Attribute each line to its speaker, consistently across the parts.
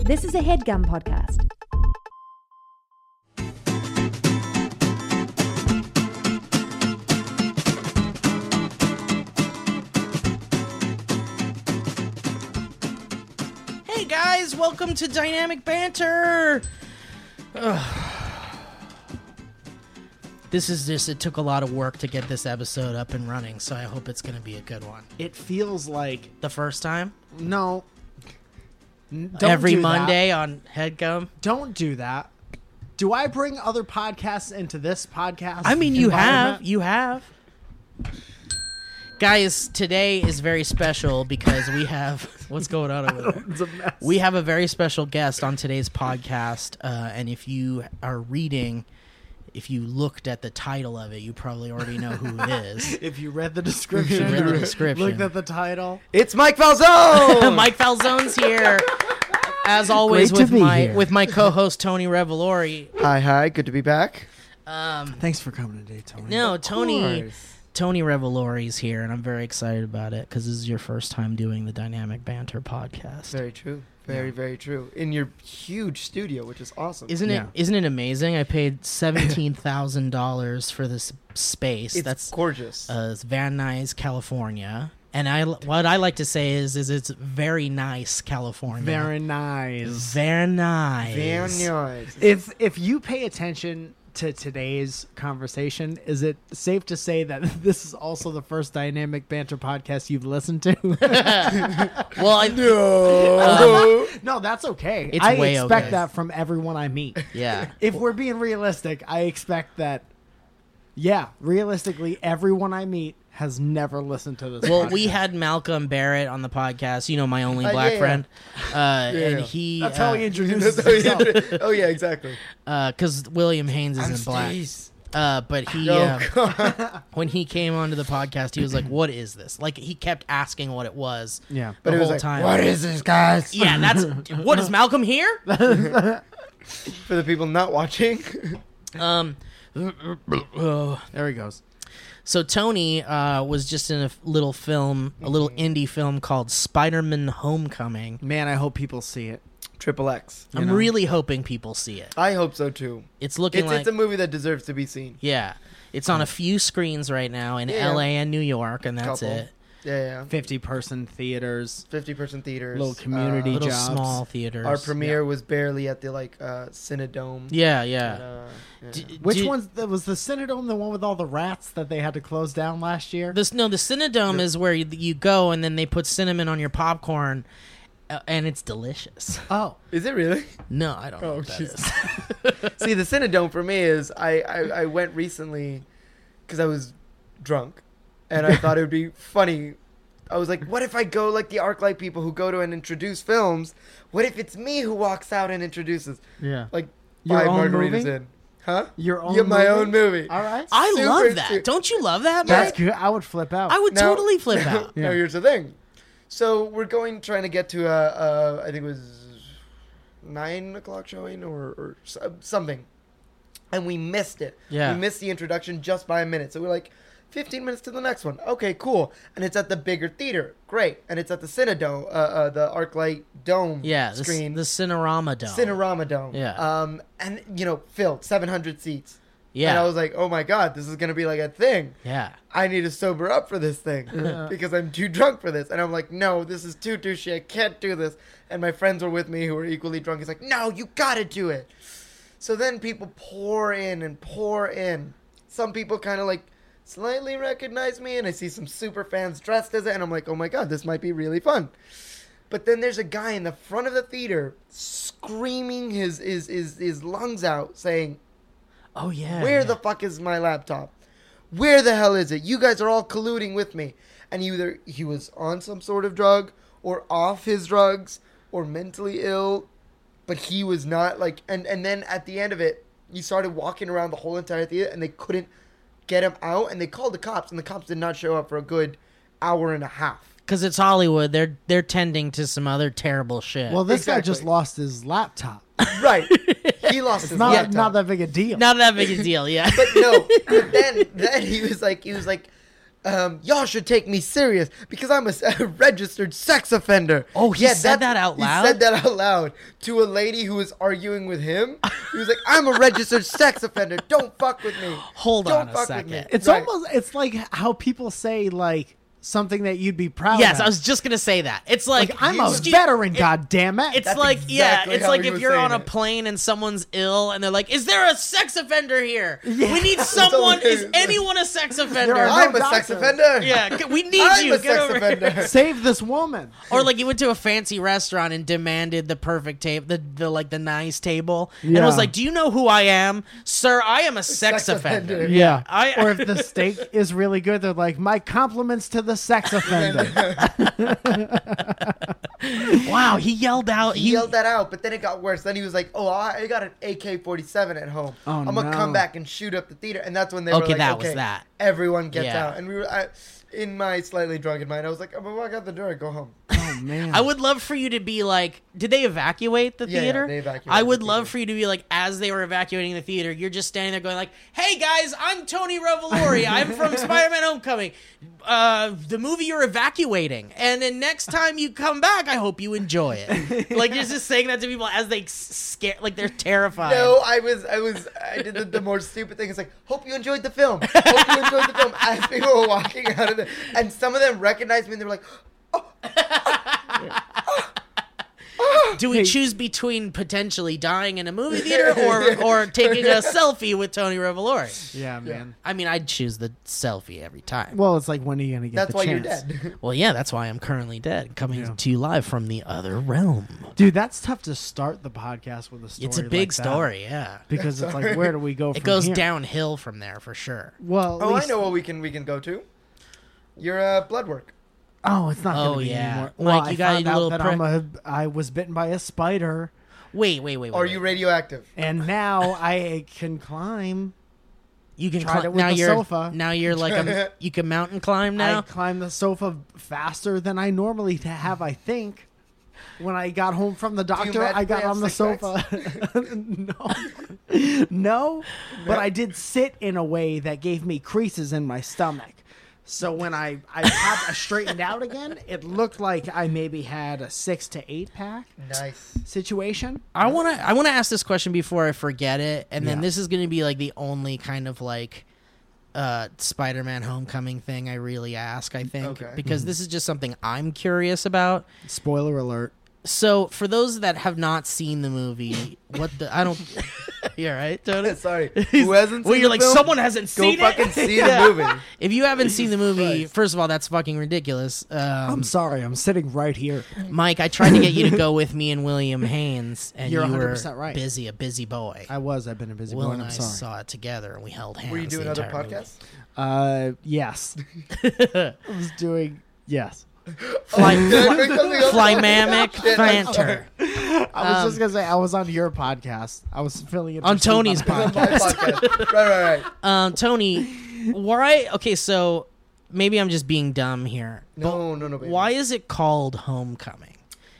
Speaker 1: This is a headgum podcast.
Speaker 2: Hey guys, welcome to Dynamic Banter. Ugh. This is just, it took a lot of work to get this episode up and running, so I hope it's going to be a good one.
Speaker 3: it feels like
Speaker 2: The first time,
Speaker 3: no. N- Don't
Speaker 2: every
Speaker 3: do that.
Speaker 2: Monday on Headgum.
Speaker 3: Don't do that. Do I bring other podcasts into this podcast?
Speaker 2: I mean, you have,
Speaker 3: environment?
Speaker 2: you have. Guys, today is very special because we have what's going on over there.
Speaker 3: It's a mess.
Speaker 2: We have a very special guest on today's podcast, uh, and if you are reading, if you looked at the title of it, you probably already know who it is.
Speaker 3: If you read the description,
Speaker 2: read the
Speaker 3: or
Speaker 2: description.
Speaker 3: looked at the title.
Speaker 4: It's Mike Falzone.
Speaker 2: Mike Falzone's here, as always,
Speaker 3: Great to
Speaker 2: with
Speaker 3: be
Speaker 2: my
Speaker 3: here.
Speaker 2: with my co-host Tony Revelori.
Speaker 4: Hi, hi. Good to be back.
Speaker 2: Um,
Speaker 3: Thanks for coming today, Tony.
Speaker 2: no, Tony
Speaker 3: course.
Speaker 2: Tony Revelori's here, and I'm very excited about it because this is your first time doing the Dynamic Banter podcast.
Speaker 4: Very true. Very, very true. In your huge studio, which is awesome.
Speaker 2: Isn't
Speaker 3: Yeah.
Speaker 2: it? Isn't it amazing? I paid seventeen thousand dollars for this space.
Speaker 4: it's
Speaker 2: That's
Speaker 4: gorgeous.
Speaker 2: uh, it's Van Nuys, California. And I, what I like to say is, is it's very nice, California.
Speaker 3: Very nice.
Speaker 2: Van Nuys.
Speaker 4: Very nice.
Speaker 3: If if you pay attention to today's conversation, is it safe to say that this is also the first dynamic banter podcast you've listened to?
Speaker 2: Well, I um,
Speaker 3: no, that's Um, okay.
Speaker 2: It's
Speaker 3: I
Speaker 2: way
Speaker 3: expect
Speaker 2: okay.
Speaker 3: that from everyone I meet.
Speaker 2: yeah.
Speaker 3: if we're being realistic, I expect that. Yeah, realistically, everyone I meet has never listened to this.
Speaker 2: Well,
Speaker 3: podcast.
Speaker 2: we had Malcolm Barrett on the podcast. You know, my only
Speaker 4: Uh,
Speaker 2: black
Speaker 4: yeah.
Speaker 2: friend, uh, and
Speaker 4: yeah.
Speaker 2: he
Speaker 3: that's how he introduces
Speaker 4: That's how you
Speaker 3: himself.
Speaker 4: do it. oh yeah, exactly.
Speaker 2: because uh, William Haynes
Speaker 4: I'm
Speaker 2: isn't black.
Speaker 4: Steve.
Speaker 2: Uh, but he
Speaker 4: Oh,
Speaker 2: uh,
Speaker 4: God.
Speaker 2: when he came onto the podcast, he was like, "What is this?" Like he kept asking what it was.
Speaker 3: Yeah.
Speaker 2: the
Speaker 4: But it was
Speaker 2: whole
Speaker 4: like,
Speaker 2: time.
Speaker 4: what is this, guys?
Speaker 2: Yeah, that's what is Malcolm here?
Speaker 4: For the people not watching,
Speaker 2: Um,
Speaker 3: There he goes.
Speaker 2: so Tony uh, was just in a f- little film, a little
Speaker 4: Mm-hmm.
Speaker 2: indie film called Spider-Man: Homecoming.
Speaker 3: Man, I hope people see it.
Speaker 4: Triple X.
Speaker 2: I'm really hoping people see it.
Speaker 4: I hope so too.
Speaker 2: It's looking
Speaker 4: It's,
Speaker 2: like
Speaker 4: it's a movie that deserves to be seen.
Speaker 2: yeah, it's on a few screens right now in
Speaker 4: Yeah.
Speaker 2: L.A. and New York, and that's
Speaker 4: Couple.
Speaker 2: it.
Speaker 4: Yeah, yeah.
Speaker 3: Fifty-person theaters.
Speaker 4: Fifty person theaters.
Speaker 3: Little community.
Speaker 4: Uh,
Speaker 2: Little
Speaker 3: jobs.
Speaker 2: small theaters.
Speaker 4: our premiere was barely at the like uh, Cinedome.
Speaker 2: Yeah, yeah.
Speaker 4: And, uh, yeah.
Speaker 2: D-
Speaker 3: Which
Speaker 2: do-
Speaker 3: one's that was the Synodome? The one with all the rats that they had to close down last year.
Speaker 2: This no, the Cinedome is where you, you go and then they put cinnamon on your popcorn, uh, and it's delicious.
Speaker 3: oh,
Speaker 4: is it really?
Speaker 2: No, I
Speaker 4: Oh,
Speaker 2: don't. know what that
Speaker 4: Jesus.
Speaker 2: is.
Speaker 4: See, the Cinedome for me is I, I, I went recently because I was drunk and I thought it would be funny. I was like, what if I go like the ArcLight people who go to and introduce films? What if it's me who walks out and introduces?
Speaker 3: yeah.
Speaker 4: Like,
Speaker 3: Your
Speaker 4: five
Speaker 3: own
Speaker 4: margaritas
Speaker 3: movie?
Speaker 4: in. Huh?
Speaker 3: Your own
Speaker 4: Yeah, my
Speaker 3: movie?
Speaker 4: own movie.
Speaker 3: All right.
Speaker 2: I
Speaker 4: Super
Speaker 2: love that.
Speaker 4: cute.
Speaker 2: Don't you love that?
Speaker 3: That's
Speaker 2: Mike?
Speaker 3: good. I would flip out.
Speaker 2: I would
Speaker 4: Now-
Speaker 2: totally flip
Speaker 4: now-
Speaker 2: out.
Speaker 4: Now,
Speaker 3: Yeah.
Speaker 4: here's the thing. So, we're going, trying to get to a, uh I think it was nine o'clock showing or, or so- something. And we missed it.
Speaker 2: Yeah.
Speaker 4: We missed the introduction just by a minute. So, we're like, 15 minutes to the next one. Okay, cool. And it's at the bigger theater. Great. And it's at the Cinedome, uh, uh, the Arclight Dome
Speaker 2: Yeah, the,
Speaker 4: screen.
Speaker 2: the Cinerama Dome.
Speaker 4: Cinerama Dome.
Speaker 2: Yeah.
Speaker 4: Um, and, you know, filled 700 seats.
Speaker 2: Yeah.
Speaker 4: And I was like, oh my God, this is going to be like a thing.
Speaker 2: yeah.
Speaker 4: I need to sober up for this thing because I'm too drunk for this. And I'm like, no, this is too douchey. I can't do this. And my friends were with me who were equally drunk. He's like, no, you gotta do it. So then people pour in and pour in. Some people kind of like slightly recognize me, and I see some super fans dressed as it, and I'm like, oh my god, this might be really fun. But then there's a guy in the front of the theater screaming his his his, his lungs out, saying,
Speaker 2: Oh yeah.
Speaker 4: where
Speaker 2: yeah.
Speaker 4: the fuck is my laptop? Where the hell is it? You guys are all colluding with me. And either he was on some sort of drug or off his drugs or mentally ill, but he was not like and and then at the end of it, he started walking around the whole entire theater and they couldn't get him out and they called the cops and the cops did not show up for a good hour and a half.
Speaker 2: Because it's Hollywood. They're they're tending to some other terrible shit.
Speaker 3: Well, this guy
Speaker 4: Exactly.
Speaker 3: just lost his laptop.
Speaker 4: Right. he lost his
Speaker 3: Not
Speaker 4: laptop.
Speaker 3: not that big a deal.
Speaker 2: not that big a deal. Yeah.
Speaker 4: But no, but then then he was like he was like um, y'all should take me serious because I'm a, s- a registered sex offender.
Speaker 2: Oh, he said that out loud?
Speaker 4: He said that out loud to a lady who was arguing with him. He was like, "I'm a registered sex offender. Don't fuck with me.
Speaker 2: Hold on
Speaker 4: Don't
Speaker 2: a
Speaker 4: fuck with me."
Speaker 2: second.
Speaker 3: It's
Speaker 4: Right.
Speaker 3: almost it's like how people say like something that you'd be proud
Speaker 2: Yes,
Speaker 3: of.
Speaker 2: I was just gonna say that. It's like,
Speaker 3: like, I'm a
Speaker 2: excuse-
Speaker 3: veteran,
Speaker 2: it-
Speaker 3: god damn it.
Speaker 2: It's
Speaker 4: That's
Speaker 2: like
Speaker 4: exactly
Speaker 2: yeah, it's
Speaker 4: how
Speaker 2: like
Speaker 4: he
Speaker 2: if
Speaker 4: was
Speaker 2: you're
Speaker 4: saying
Speaker 2: on a
Speaker 4: it.
Speaker 2: plane and someone's ill and they're like, "Is there a sex offender here? We need
Speaker 4: Someone
Speaker 2: someone. Is
Speaker 4: is-
Speaker 2: anyone a sex
Speaker 3: There
Speaker 2: offender?
Speaker 3: are-
Speaker 4: I'm a sex
Speaker 3: doctor.
Speaker 4: offender.
Speaker 2: Yeah, c- we need
Speaker 4: I'm
Speaker 2: you.
Speaker 4: a
Speaker 2: Get
Speaker 4: sex
Speaker 2: over here.
Speaker 4: offender.
Speaker 3: Save this woman.
Speaker 2: Or like you went to a fancy restaurant and demanded the perfect table, the, the like the nice table, and I was
Speaker 3: Yeah.
Speaker 2: like, "Do you know who I am, sir? I am a sex,
Speaker 4: Sex offender.
Speaker 2: offender."
Speaker 3: Yeah.
Speaker 2: I-
Speaker 3: or if the steak is really good, they're like, my compliments to the sex offender.
Speaker 2: Wow, he yelled out.
Speaker 4: He
Speaker 2: He,
Speaker 4: yelled that out, but then it got worse. Then he was like, "Oh, I I got an AK-47 at home.
Speaker 3: Oh,
Speaker 4: I'm gonna
Speaker 3: no.
Speaker 4: come back and shoot up the theater." And that's when they were
Speaker 2: Okay,
Speaker 4: like,
Speaker 2: that was
Speaker 4: "Okay,
Speaker 2: that.
Speaker 4: everyone gets
Speaker 2: Yeah.
Speaker 4: out." And we were, I, in my slightly drunken mind, I was like, "I'm gonna walk out the door and go home."
Speaker 3: oh man.
Speaker 2: I would love for you to be like, did they evacuate the
Speaker 4: Yeah, yeah,
Speaker 2: theater?
Speaker 4: they evacuated
Speaker 2: I would
Speaker 4: the
Speaker 2: love
Speaker 4: theater.
Speaker 2: for you to be like, as they were evacuating the theater, you're just standing there going like, "Hey guys, I'm Tony Revolori. I'm from Spider-Man: Homecoming, uh, the movie you're evacuating. And then next time you come back, I hope you enjoy it." Like you're just saying that to people as they s- scare, like they're terrified.
Speaker 4: No, I was, I was, I did the, the more stupid thing. It's like, hope you enjoyed the film. Hope you enjoyed the film. As people were walking out of there, and some of them recognized me, and they were like, "Oh,
Speaker 2: Do we choose between potentially dying in a movie theater or or taking a selfie with Tony Revolori?
Speaker 3: yeah, man.
Speaker 2: I mean, I'd choose the selfie every time.
Speaker 3: Well, it's like when are you gonna get
Speaker 4: "That's
Speaker 3: the
Speaker 4: why
Speaker 3: chance?
Speaker 4: you're dead."
Speaker 2: Well, yeah, that's why I'm currently dead, coming
Speaker 3: Yeah.
Speaker 2: to you live from the other realm.
Speaker 3: Dude, that's tough to start the podcast with a story.
Speaker 2: It's a
Speaker 3: like
Speaker 2: big
Speaker 3: that,
Speaker 2: story, yeah.
Speaker 3: because it's like where do we go?
Speaker 2: It
Speaker 3: from
Speaker 2: goes
Speaker 3: here?
Speaker 2: downhill from there for sure.
Speaker 3: Well, at
Speaker 4: oh, I
Speaker 3: least-
Speaker 4: know what we can we can go to. Your uh, blood work.
Speaker 3: Oh, it's not.
Speaker 2: Oh,
Speaker 3: gonna be
Speaker 2: yeah.
Speaker 3: Anymore.
Speaker 2: Mike,
Speaker 3: well,
Speaker 2: you
Speaker 3: I
Speaker 2: got
Speaker 3: found
Speaker 2: a little
Speaker 3: out that I'm a. I was bitten by a spider,
Speaker 2: Wait, wait, wait. wait
Speaker 4: Are you
Speaker 2: wait.
Speaker 4: radioactive?
Speaker 3: and now I can climb.
Speaker 2: You can
Speaker 3: tried
Speaker 2: climb
Speaker 3: it with
Speaker 2: now.
Speaker 3: the
Speaker 2: You're
Speaker 3: sofa.
Speaker 2: now you're like a you can mountain climb now.
Speaker 3: I climbed the sofa faster than I normally to have. I think. When I got home from the doctor, I
Speaker 4: magically
Speaker 3: got
Speaker 4: have
Speaker 3: on the
Speaker 4: six
Speaker 3: sofa. no, no, but I did sit in a way that gave me creases in my stomach. So when I I, popped, I straightened out again, it looked like I maybe had a six to eight pack
Speaker 4: Nice.
Speaker 3: situation.
Speaker 2: I want to I want to ask this question before I forget it, and then
Speaker 3: Yeah.
Speaker 2: this is going to be like the only kind of like uh Spider-Man Homecoming thing I really ask, I think,
Speaker 4: Okay.
Speaker 2: because this is just something I'm curious about.
Speaker 3: Spoiler alert.
Speaker 2: So, for those that have not seen the movie, what the I don't You're right, Tony.
Speaker 4: Sorry. Who hasn't seen
Speaker 2: Well, you're
Speaker 4: the
Speaker 2: like
Speaker 4: film?
Speaker 2: someone hasn't
Speaker 4: Go
Speaker 2: seen
Speaker 4: fucking
Speaker 2: it.
Speaker 4: see the movie.
Speaker 2: If you haven't seen the movie,
Speaker 4: Christ.
Speaker 2: first of all, that's fucking ridiculous. Um,
Speaker 3: I'm sorry. I'm sitting right here.
Speaker 2: Mike, I tried to get you to go with me and William Haynes, and
Speaker 3: You're
Speaker 2: you were
Speaker 3: 100% right.
Speaker 2: busy, a busy boy.
Speaker 3: I was. I've been a busy
Speaker 2: Will
Speaker 3: boy.
Speaker 2: and
Speaker 3: and
Speaker 2: I
Speaker 3: I'm sorry.
Speaker 2: saw it together, and we held hands.
Speaker 4: Were you doing
Speaker 2: the
Speaker 4: other
Speaker 2: entire
Speaker 4: podcasts?
Speaker 3: Uh, yes. I was doing yes.
Speaker 2: Movie.
Speaker 4: Did I bring something up?
Speaker 2: Fly, Flymamic
Speaker 4: Shit, I'm sorry.
Speaker 2: Fanter
Speaker 3: I was
Speaker 2: Um,
Speaker 3: just gonna say I was on your podcast. I was filling in for
Speaker 2: on
Speaker 3: Steve
Speaker 2: Tony's
Speaker 4: On
Speaker 2: podcast.
Speaker 4: my podcast. Right, right, right.
Speaker 2: Um, Tony, why? Okay, so maybe I'm just being dumb here.
Speaker 4: No, no, no. Baby.
Speaker 2: Why is it called homecoming?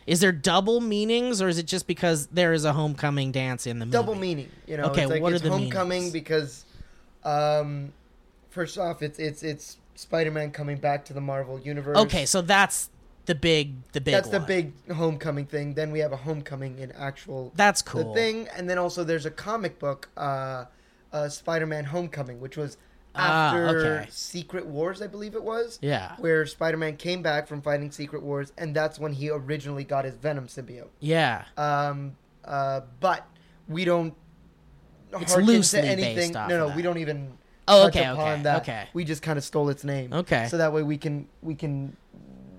Speaker 2: Is there double meanings, or is it just because there is a homecoming dance in the movie?
Speaker 4: double meaning? You know,
Speaker 2: Okay,
Speaker 4: it's like
Speaker 2: what are
Speaker 4: it's
Speaker 2: the
Speaker 4: homecoming
Speaker 2: meanings?
Speaker 4: because, um, first off, it's it's it's Spider-Man coming back to the Marvel universe.
Speaker 2: Okay, so that's the big, the big.
Speaker 4: that's the
Speaker 2: one.
Speaker 4: big homecoming thing. Then we have a homecoming in actual
Speaker 2: That's cool.
Speaker 4: the thing, and then also there's a comic book, uh, uh, Spider-Man Homecoming, which was
Speaker 2: Ah,
Speaker 4: after
Speaker 2: okay.
Speaker 4: Secret Wars, I believe it was.
Speaker 2: Yeah.
Speaker 4: where Spider-Man came back from fighting Secret Wars, and that's when he originally got his Venom symbiote.
Speaker 2: Yeah.
Speaker 4: Um, uh, but we don't
Speaker 2: It's
Speaker 4: hearken
Speaker 2: loosely based off
Speaker 4: no,
Speaker 2: of
Speaker 4: no,
Speaker 2: that.
Speaker 4: we don't even.
Speaker 2: Oh,
Speaker 4: touch
Speaker 2: okay,
Speaker 4: upon
Speaker 2: okay,
Speaker 4: that.
Speaker 2: okay.
Speaker 4: We just kind of stole its name.
Speaker 2: Okay.
Speaker 4: So that way we can we can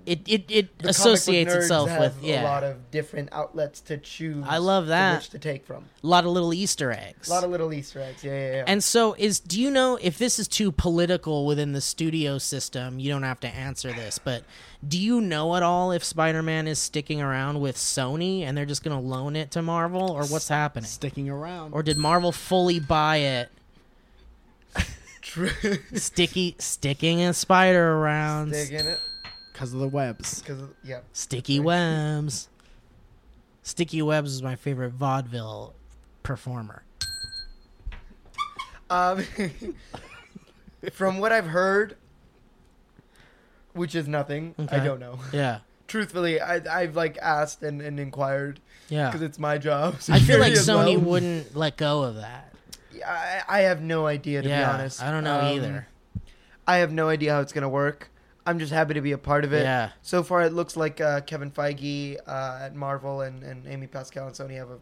Speaker 2: It it it
Speaker 4: the comic book
Speaker 2: associates
Speaker 4: nerds
Speaker 2: itself
Speaker 4: have
Speaker 2: with yeah,
Speaker 4: a lot of different outlets to choose.
Speaker 2: I love
Speaker 4: from
Speaker 2: that.
Speaker 4: which to take from.
Speaker 2: little Easter eggs.
Speaker 4: A lot of little Easter eggs. Yeah, yeah, yeah.
Speaker 2: and so is do you know if this is too political within the studio system? You don't have to answer this, but do you know at all if Spider-Man is sticking around with Sony and they're just going to loan it to Marvel or what's happening?
Speaker 3: sticking around.
Speaker 2: Or did Marvel fully buy it? Sticky sticking a spider around.
Speaker 4: dig in it
Speaker 3: because of the webs.
Speaker 4: because yeah.
Speaker 2: Sticky Webs. Sticky Webs is my favorite vaudeville performer.
Speaker 4: Um, from what I've heard, which is nothing. I
Speaker 2: Okay.
Speaker 4: don't know.
Speaker 2: Yeah.
Speaker 4: Truthfully, I, I've like asked and, and inquired
Speaker 2: Yeah.
Speaker 4: because it's my job.
Speaker 2: I feel like
Speaker 4: security as
Speaker 2: Sony
Speaker 4: well.
Speaker 2: wouldn't let go of that.
Speaker 4: I, I have no idea to
Speaker 2: yeah.
Speaker 4: be honest.
Speaker 2: I don't know
Speaker 4: Um,
Speaker 2: either.
Speaker 4: I have no idea how it's gonna work. I'm just happy to be a part of it.
Speaker 2: Yeah.
Speaker 4: So far, it looks like uh, Kevin Feige uh, at Marvel and, and Amy Pascal and Sony have a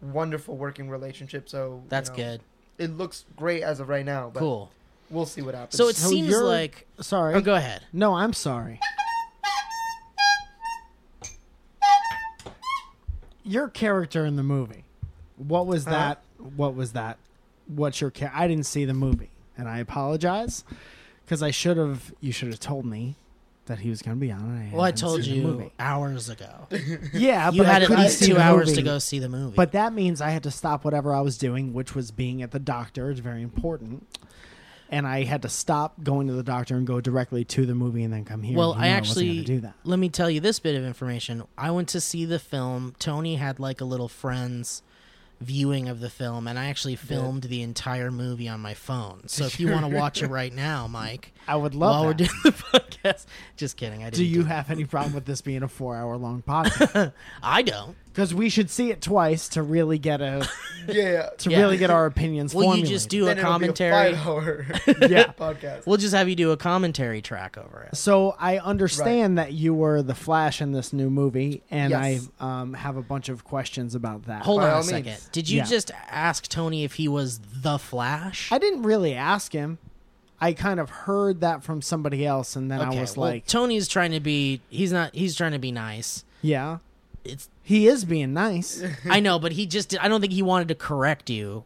Speaker 4: wonderful working relationship. So you
Speaker 2: That's
Speaker 4: know,
Speaker 2: good.
Speaker 4: It looks great as of right now. But
Speaker 2: Cool.
Speaker 4: We'll see what happens.
Speaker 2: So it
Speaker 3: So
Speaker 2: seems
Speaker 3: you're-
Speaker 2: like.
Speaker 3: Sorry.
Speaker 2: Oh, go ahead.
Speaker 3: No, I'm sorry. Your character in the movie. What was that? What was that? What's your character? I didn't see the movie, and I apologize because I should have. You should have told me that he was going to be on it.
Speaker 2: Well, I
Speaker 3: haven't
Speaker 2: told
Speaker 3: seen the
Speaker 2: you
Speaker 3: movie.
Speaker 2: hours ago.
Speaker 3: Yeah,
Speaker 2: You
Speaker 3: but
Speaker 2: had
Speaker 3: I
Speaker 2: at
Speaker 3: couldn't
Speaker 2: least
Speaker 3: see
Speaker 2: two
Speaker 3: the
Speaker 2: hours to
Speaker 3: movie.
Speaker 2: go see the movie.
Speaker 3: But that means I had to stop whatever I was doing, which was being at the doctor. It's very important. And I had to stop going to the doctor and go directly to the movie and then come here.
Speaker 2: well,
Speaker 3: You
Speaker 2: I
Speaker 3: know wasn't gonna
Speaker 2: actually
Speaker 3: do that.
Speaker 2: let me tell you this bit of information. I went to see the film. Tony had like a little friends viewing of the film, and I actually filmed the entire movie on my phone. So if you want to watch it right now, Mike,
Speaker 3: I would love.
Speaker 2: while we're
Speaker 3: that.
Speaker 2: doing the podcast, just kidding. I didn't.
Speaker 3: do you have any problem with this being a four-hour-long podcast?
Speaker 2: I don't.
Speaker 3: Because we should see it twice to really get a
Speaker 4: yeah.
Speaker 3: to
Speaker 2: Yeah.
Speaker 3: really get our opinions.
Speaker 2: Will you just do a
Speaker 4: Then it'll be
Speaker 2: commentary?
Speaker 4: a five-hour
Speaker 3: Yeah.
Speaker 4: podcast.
Speaker 2: We'll just have you do a commentary track over it.
Speaker 3: So I understand that you were the Flash in this new movie, and
Speaker 4: Yes.
Speaker 3: I um, have a bunch of questions about that.
Speaker 2: Hold
Speaker 4: By
Speaker 2: on
Speaker 4: all
Speaker 2: a second.
Speaker 4: means.
Speaker 2: Did you
Speaker 3: Yeah.
Speaker 2: just ask Tony if he was the Flash?
Speaker 3: I didn't really ask him. I kind of heard that from somebody else, and then I was
Speaker 2: well,
Speaker 3: like,
Speaker 2: Tony's trying to be. He's not. He's trying to be nice.
Speaker 3: "Yeah,
Speaker 2: It's.
Speaker 3: he is being nice."
Speaker 2: I know, but he just. I don't think he wanted to correct you.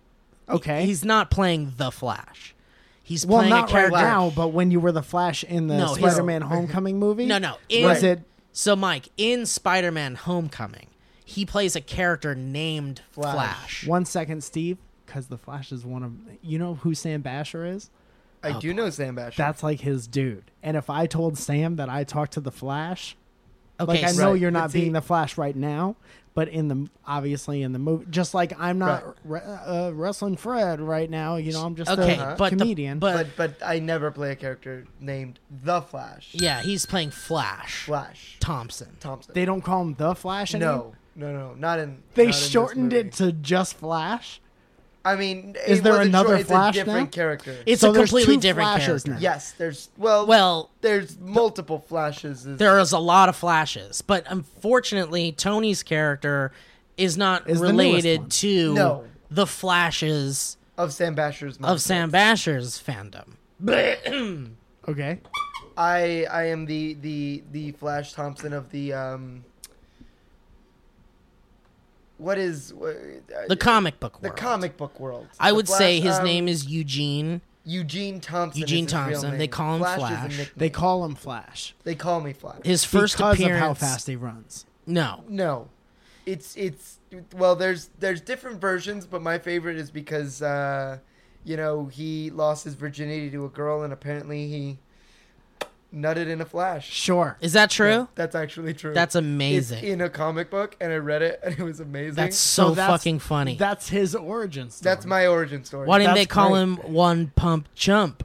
Speaker 3: Okay,
Speaker 2: He's not playing the Flash. He's
Speaker 3: well,
Speaker 2: playing
Speaker 3: not
Speaker 2: a character.
Speaker 3: right now, but when you were the Flash in the
Speaker 2: No, his-
Speaker 3: Spider-Man Homecoming movie,
Speaker 2: No, no. In,
Speaker 3: was it?
Speaker 2: So, Mike, in Spider-Man: Homecoming, he plays a character named Flash.
Speaker 3: One second, Steve, because the Flash is one of you know who Sam Basher is.
Speaker 4: I do know Sam Basher.
Speaker 3: That's like his dude. And if I told Sam that I talked to the Flash,
Speaker 2: Okay,
Speaker 3: like I
Speaker 2: so- e
Speaker 3: know
Speaker 4: Right.
Speaker 3: you're not
Speaker 4: But see-
Speaker 3: being the Flash right now, but in the obviously in the movie, just like I'm not re- uh, wrestling Fred right now. You know, I'm just
Speaker 2: okay,
Speaker 3: a
Speaker 2: but the-
Speaker 3: comedian.
Speaker 2: but,
Speaker 4: but but I never play a character named The Flash.
Speaker 2: yeah, he's playing Flash.
Speaker 4: Flash
Speaker 2: Thompson.
Speaker 4: Thompson.
Speaker 3: they don't call him the Flash anymore.
Speaker 4: no, no, no, not in.
Speaker 3: They
Speaker 4: not in this
Speaker 3: shortened
Speaker 4: movie.
Speaker 3: it to just Flash.
Speaker 4: I mean,
Speaker 3: Is
Speaker 4: it
Speaker 3: there
Speaker 4: wasn't
Speaker 3: another
Speaker 4: short- it's
Speaker 3: Flash
Speaker 4: a different
Speaker 3: now?
Speaker 4: character.
Speaker 2: It's
Speaker 3: So
Speaker 2: a
Speaker 3: there's
Speaker 2: completely
Speaker 3: two
Speaker 2: different
Speaker 3: Flashes
Speaker 2: character.
Speaker 3: now.
Speaker 4: yes, there's well,
Speaker 2: Well,
Speaker 4: there's multiple flashes. Is,
Speaker 2: there is a lot of flashes, but unfortunately, Tony's character is not
Speaker 3: Is the newest one.
Speaker 2: related to
Speaker 4: No.
Speaker 2: the flashes
Speaker 4: of Sam Basher's
Speaker 2: of Sam Basher's fandom.
Speaker 3: Okay,
Speaker 4: I I am the the the Flash Thompson of the um. What is wha- uh,
Speaker 2: The comic book
Speaker 4: the
Speaker 2: world.
Speaker 4: comic book world?
Speaker 2: I
Speaker 4: The
Speaker 2: would
Speaker 4: Flash-
Speaker 2: say his
Speaker 4: um,
Speaker 2: name is Eugene.
Speaker 4: Eugene Thompson.
Speaker 2: Eugene
Speaker 4: is his real
Speaker 2: Thompson. They
Speaker 4: name.
Speaker 2: call him
Speaker 4: Flash. is a
Speaker 2: Flash.
Speaker 4: nickname.
Speaker 3: they call him Flash
Speaker 4: They call me Flash.
Speaker 2: His first
Speaker 3: because
Speaker 2: appearance.
Speaker 3: of how fast he runs.
Speaker 2: No.
Speaker 4: No, it's it's well. There's there's different versions, but my favorite is because uh, you know he lost his virginity to a girl, and apparently he nutted in a flash.
Speaker 3: Sure,
Speaker 2: Is that true?
Speaker 4: That's actually true.
Speaker 2: That's
Speaker 4: It's
Speaker 2: amazing.
Speaker 4: in a comic book, and I read it, and it was amazing.
Speaker 2: That's
Speaker 4: That's
Speaker 2: so,
Speaker 3: that's-
Speaker 2: fucking funny.
Speaker 3: That's his origin story.
Speaker 4: that's my origin story.
Speaker 2: Why didn't they
Speaker 3: that's
Speaker 2: call
Speaker 3: great.
Speaker 2: him One Pump Chump?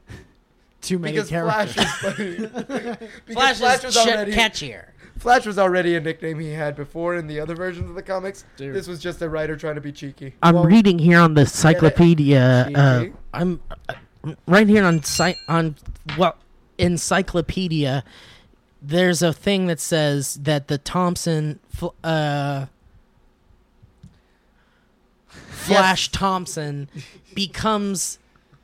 Speaker 3: too many
Speaker 4: because
Speaker 3: characters.
Speaker 4: Flash was funny. because
Speaker 2: Flash,
Speaker 4: Flash,
Speaker 2: is
Speaker 4: was
Speaker 2: ch-
Speaker 4: already
Speaker 2: catchier.
Speaker 4: Flash was already a nickname he had before in the other versions of the comics.
Speaker 3: Dude.
Speaker 4: This was just a writer trying to be cheeky.
Speaker 2: I'm reading here on the encyclopedia. Uh,
Speaker 4: Gee.
Speaker 2: I'm uh, right here on site on well encyclopedia. There's a thing that says that the Thompson fl- uh, Flash Thompson becomes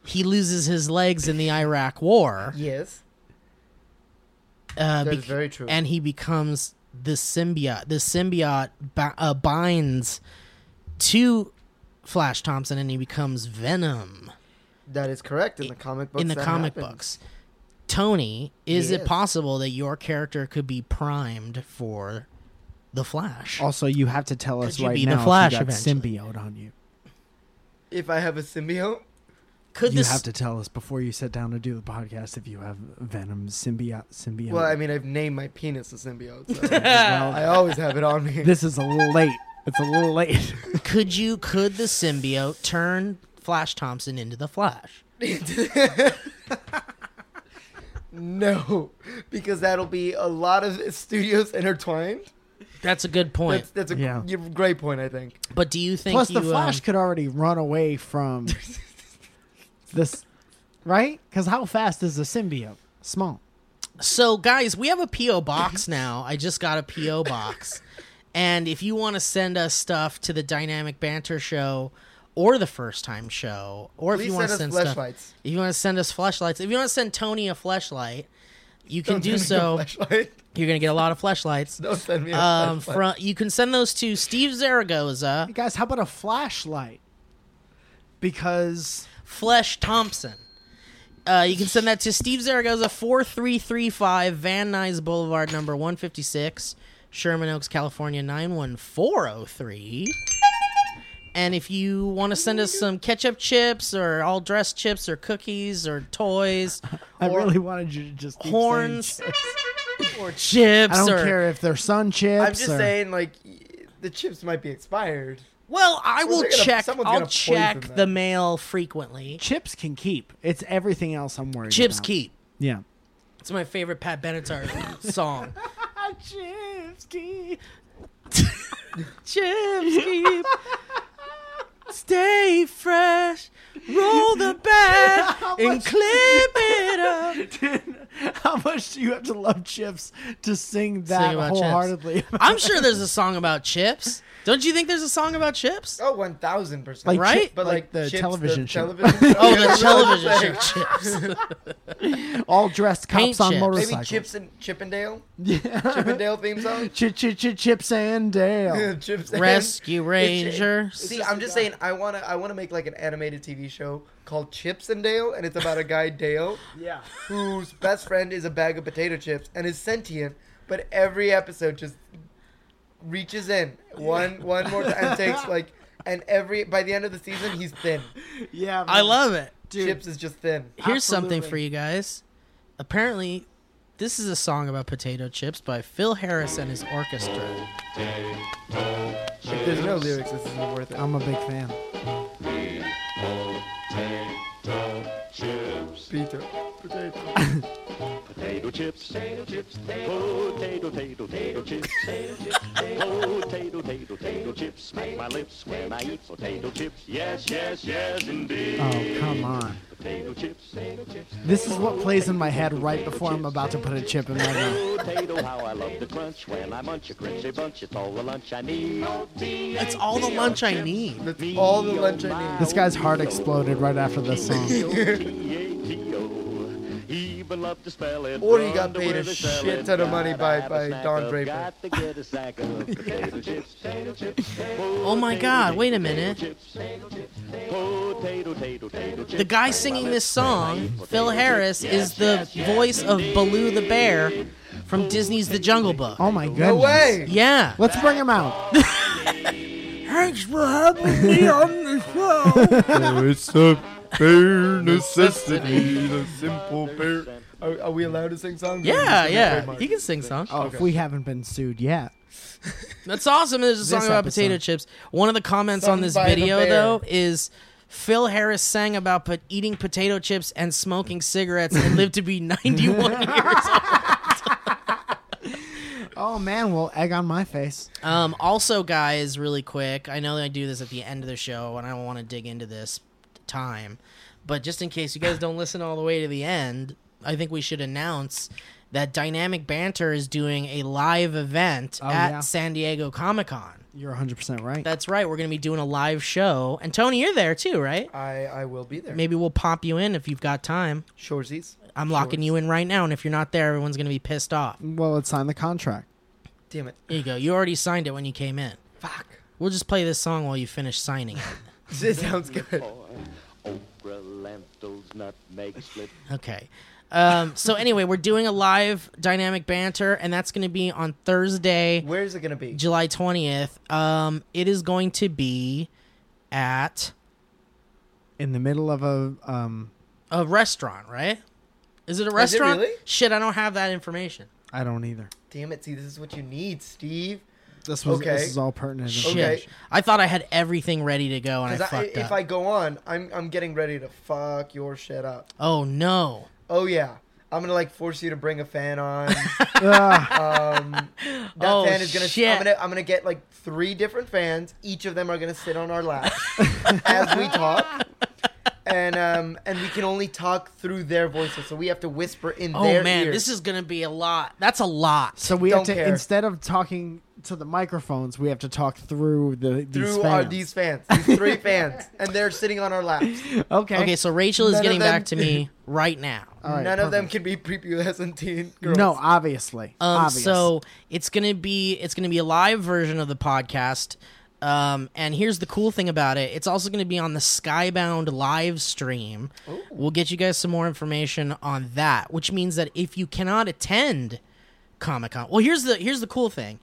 Speaker 2: he loses his legs in the Iraq War,
Speaker 4: Yes,
Speaker 2: uh,
Speaker 4: that is
Speaker 2: bec-
Speaker 4: very true.
Speaker 2: and he becomes the symbiote. The symbiote bi- uh, binds to Flash Thompson, and he becomes Venom.
Speaker 4: that is correct in the comic books.
Speaker 2: in the
Speaker 4: that
Speaker 2: comic
Speaker 4: happened.
Speaker 2: books. Tony, is it
Speaker 4: Yes.
Speaker 2: possible that your character could be primed for the Flash?
Speaker 3: Also, you have to tell us
Speaker 2: Could you
Speaker 3: right
Speaker 2: be the
Speaker 3: now
Speaker 2: Flash
Speaker 3: if you got
Speaker 2: eventually?
Speaker 3: symbiote on you.
Speaker 4: If I have a symbiote,
Speaker 2: Could
Speaker 3: You
Speaker 2: this?
Speaker 3: have to tell us before you sit down to do the podcast if you have Venom symbiote. Symbiote.
Speaker 4: well, I mean, I've named my penis a symbiote. So
Speaker 3: Well,
Speaker 4: I always have it on me.
Speaker 3: this is a little late. It's a little late.
Speaker 2: Could you? Could the symbiote turn Flash Thompson into the Flash?
Speaker 4: No, because that'll be a lot of studios intertwined.
Speaker 2: That's a good point.
Speaker 4: That's, that's a
Speaker 3: Yeah.
Speaker 4: g- great point, I think.
Speaker 2: but do you think
Speaker 3: Plus,
Speaker 2: you,
Speaker 3: the Flash
Speaker 2: um,
Speaker 3: could already run away from this, right? Because how fast is the symbiote? Small.
Speaker 2: so guys, we have a PO box
Speaker 4: Mm-hmm.
Speaker 2: now. I just got a PO box. and if you want to send us stuff to the Dynamic Banter show or the first time show or if
Speaker 4: Please
Speaker 2: you want to
Speaker 4: send
Speaker 2: send
Speaker 4: us
Speaker 2: stuff,
Speaker 4: fleshlights.
Speaker 2: if you want to send us flashlights, if you want to send Tony a flashlight, you can
Speaker 4: Don't
Speaker 2: do
Speaker 4: send me a
Speaker 2: so.
Speaker 4: flashlight.
Speaker 2: You're going to get a lot of flashlights.
Speaker 4: Don't send me a
Speaker 2: um,
Speaker 4: flashlight.
Speaker 2: from you can send those to Steve Zaragoza,
Speaker 3: Hey, guys, how about a flashlight? Because
Speaker 2: Flesh Thompson. Uh, you can send that to Steve Zaragoza, four three three five Van Nuys Boulevard, number one fifty six, Sherman Oaks, California nine one four zero three. And if you want to send us some ketchup chips or all dressed chips or cookies or toys
Speaker 3: I
Speaker 2: or
Speaker 3: really wanted you to just keep saying
Speaker 2: horns
Speaker 3: chips.
Speaker 2: or chips
Speaker 3: I don't
Speaker 2: or
Speaker 3: care if they're sun chips.
Speaker 4: I'm just
Speaker 3: or-
Speaker 4: saying, like, y- the chips might be expired.
Speaker 2: well, I will
Speaker 4: they're gonna-
Speaker 2: check.
Speaker 4: someone's
Speaker 2: I'll
Speaker 4: gonna poison
Speaker 2: check
Speaker 4: them.
Speaker 2: the mail frequently.
Speaker 3: chips can keep. It's everything else I'm worried.
Speaker 2: Chips
Speaker 3: about.
Speaker 2: keep.
Speaker 3: Yeah.
Speaker 2: It's my favorite Pat Benatar song.
Speaker 3: chips keep.
Speaker 2: Chips keep. Stay fresh. Roll the bag and clip it up.
Speaker 3: How much do you have to love chips to sing that
Speaker 2: Sing about chips.
Speaker 3: wholeheartedly?
Speaker 2: I'm sure there's a song about chips. Don't you think there's a song about chips?
Speaker 4: Oh, 1,000%.
Speaker 3: Like
Speaker 2: Right?
Speaker 3: chip-
Speaker 4: but, like,
Speaker 3: the
Speaker 4: chips,
Speaker 3: television
Speaker 4: the
Speaker 3: show.
Speaker 4: Television
Speaker 2: Oh,
Speaker 4: Yeah,
Speaker 2: the
Speaker 4: that's what I was
Speaker 2: television
Speaker 4: saying.
Speaker 2: show chips.
Speaker 3: all dressed cops
Speaker 2: Paint
Speaker 3: on
Speaker 2: chips.
Speaker 3: motorcycles.
Speaker 4: Maybe Chips and Chippendale?
Speaker 3: Yeah.
Speaker 4: Chippendale theme song?
Speaker 3: Ch- ch- ch- chips and Dale.
Speaker 4: Chips and-
Speaker 2: Rescue
Speaker 4: It's-
Speaker 2: Ranger.
Speaker 4: See, I'm just saying, I wanna, I wanna make like an animated TV show called Chips and Dale, and it's about a guy Dale
Speaker 3: yeah.
Speaker 4: whose best friend is a bag of potato chips and is sentient, but every episode just reaches in one, one more time takes like, and every by the end of the season he's thin.
Speaker 3: Yeah.
Speaker 2: I love it.
Speaker 3: Dude.
Speaker 4: Chips is just thin.
Speaker 2: Here's something
Speaker 3: Absolutely.
Speaker 2: for you guys. Apparently, this is a song about potato chips by Phil Harris and his orchestra.
Speaker 4: If there's no lyrics, this isn't worth it.
Speaker 3: I'm a big fan.
Speaker 4: Potato, potato.
Speaker 1: Potato chips, potato chips, potato, potato, potato chips, potato chips, potato, potato, potato chips. Smack my lips when I eat potato chips. Yes, yes, yes, indeed.
Speaker 3: Oh, come on.
Speaker 1: Potato chips, potato chips,
Speaker 3: This is what plays in my head right before I'm about to put a chip in my mouth.
Speaker 1: potato. How I love the crunch when I munch a crunchy bunch. It's all the lunch I need.
Speaker 2: That's all the lunch I need.
Speaker 4: That's all the lunch I need.
Speaker 3: This guy's heart exploded right after this song.
Speaker 1: T-O-T-A-T-O. Even love to spell it.
Speaker 4: Or he got
Speaker 1: Wonder
Speaker 4: paid
Speaker 1: where
Speaker 4: a
Speaker 1: they sell
Speaker 4: shit
Speaker 1: it.
Speaker 4: ton of money
Speaker 1: Gotta
Speaker 4: by-
Speaker 1: have a
Speaker 4: by
Speaker 1: snack
Speaker 4: Don
Speaker 1: up.
Speaker 4: Draper.
Speaker 1: Got to get a sack of potato chips, potato chips,
Speaker 2: Oh my God, wait a
Speaker 1: potato
Speaker 2: minute.
Speaker 1: chips, potato chips, potato, potato, potato
Speaker 2: The
Speaker 1: chips.
Speaker 2: guy singing this song, Phil Harris, is the voice of Baloo the Bear from Disney's The Jungle Book.
Speaker 3: Oh my goodness.
Speaker 4: No way.
Speaker 2: Yeah.
Speaker 3: Let's bring him out.
Speaker 2: Thanks for having me on the show.
Speaker 5: it's a bare necessity, the simple bare.
Speaker 4: Are, are we allowed to sing songs?
Speaker 2: Yeah,
Speaker 4: Or is this a
Speaker 2: yeah.
Speaker 4: trademark?
Speaker 2: He can sing songs.
Speaker 3: Oh, if we haven't been sued yet.
Speaker 2: That's awesome. There's a song about
Speaker 3: episode.
Speaker 2: potato chips. One of the comments
Speaker 4: Sung
Speaker 2: on this
Speaker 4: by the
Speaker 2: video,
Speaker 4: bear.
Speaker 2: though, is Phil Harris sang about po- eating potato chips and smoking cigarettes and lived to be 91 years old.
Speaker 3: Oh man, well, egg on my face.
Speaker 2: Um, also, guys, really quick, I know that I do this at the end of the show, and I don't want to dig into this time, but just in case you guys don't listen all the way to the end, I think we should announce that Dynamic Banter is doing a live event
Speaker 3: Oh,
Speaker 2: at
Speaker 3: yeah.
Speaker 2: San Diego Comic Con.
Speaker 3: You're 100% right.
Speaker 2: That's right, we're going to be doing a live show, and Tony, you're there too, right?
Speaker 4: I I will be there.
Speaker 2: Maybe we'll pop you in if you've got time.
Speaker 4: Shoresies.
Speaker 2: I'm locking
Speaker 4: Sure.
Speaker 2: you in right now, and if you're not there, everyone's going to be pissed off.
Speaker 3: well, let's sign the contract.
Speaker 4: Damn it.
Speaker 2: There you go. You already signed it when you came in.
Speaker 4: Fuck.
Speaker 2: We'll just play this song while you finish signing it.
Speaker 4: This sounds good.
Speaker 1: Okra, lentils, nutmeg, slip.
Speaker 2: Okay. Um, so anyway, we're doing a live dynamic banter, and that's going to be on Thursday,
Speaker 4: Where is it gonna be?
Speaker 2: July twentieth. Um, it is going to be at
Speaker 3: In the middle of a um
Speaker 2: a restaurant, right? Is it a restaurant?
Speaker 4: really?
Speaker 2: Shit, I don't have that information.
Speaker 3: I don't either.
Speaker 4: Damn it. See, this is what you need, Steve.
Speaker 3: This was
Speaker 4: Okay.
Speaker 3: this is all pertinent.
Speaker 2: Shit,
Speaker 4: Okay.
Speaker 2: I thought I had everything ready to go, and I,
Speaker 4: Because I,
Speaker 2: fucked
Speaker 4: if
Speaker 2: up.
Speaker 4: I go on, I'm I'm getting ready to fuck your shit up.
Speaker 2: oh no!
Speaker 4: Oh yeah. I'm gonna like force you to bring a fan on.
Speaker 3: Ugh.
Speaker 4: Um, that
Speaker 2: Oh,
Speaker 4: fan is gonna.
Speaker 2: shit.
Speaker 4: I'm gonna. I'm gonna get like three different fans. Each of them are gonna sit on our laps as we talk, and um, and we can only talk through their voices. So we have to whisper in
Speaker 2: Oh
Speaker 4: their
Speaker 2: man,
Speaker 4: ears.
Speaker 2: this is gonna be a lot. That's a lot.
Speaker 3: so we have
Speaker 4: Don't
Speaker 3: to
Speaker 4: care.
Speaker 3: instead of talking to the microphones, we have to talk through the these
Speaker 4: through
Speaker 3: fans.
Speaker 4: our these fans, these three fans, and they're sitting on our laps.
Speaker 3: okay.
Speaker 2: okay, so Rachel is
Speaker 4: None of
Speaker 2: getting
Speaker 4: them-
Speaker 2: back to me right now.
Speaker 3: All right,
Speaker 4: None of them
Speaker 3: perfect.
Speaker 4: can be prepubescent teen girls.
Speaker 3: No, obviously.
Speaker 2: Um,
Speaker 3: Obvious.
Speaker 2: so it's gonna be it's gonna be a live version of the podcast. Um, and here's the cool thing about it: it's also gonna be on the Skybound live stream. We'll get you guys some more information on that, which means that if you cannot attend Comic Con, well, here's the here's the cool thing.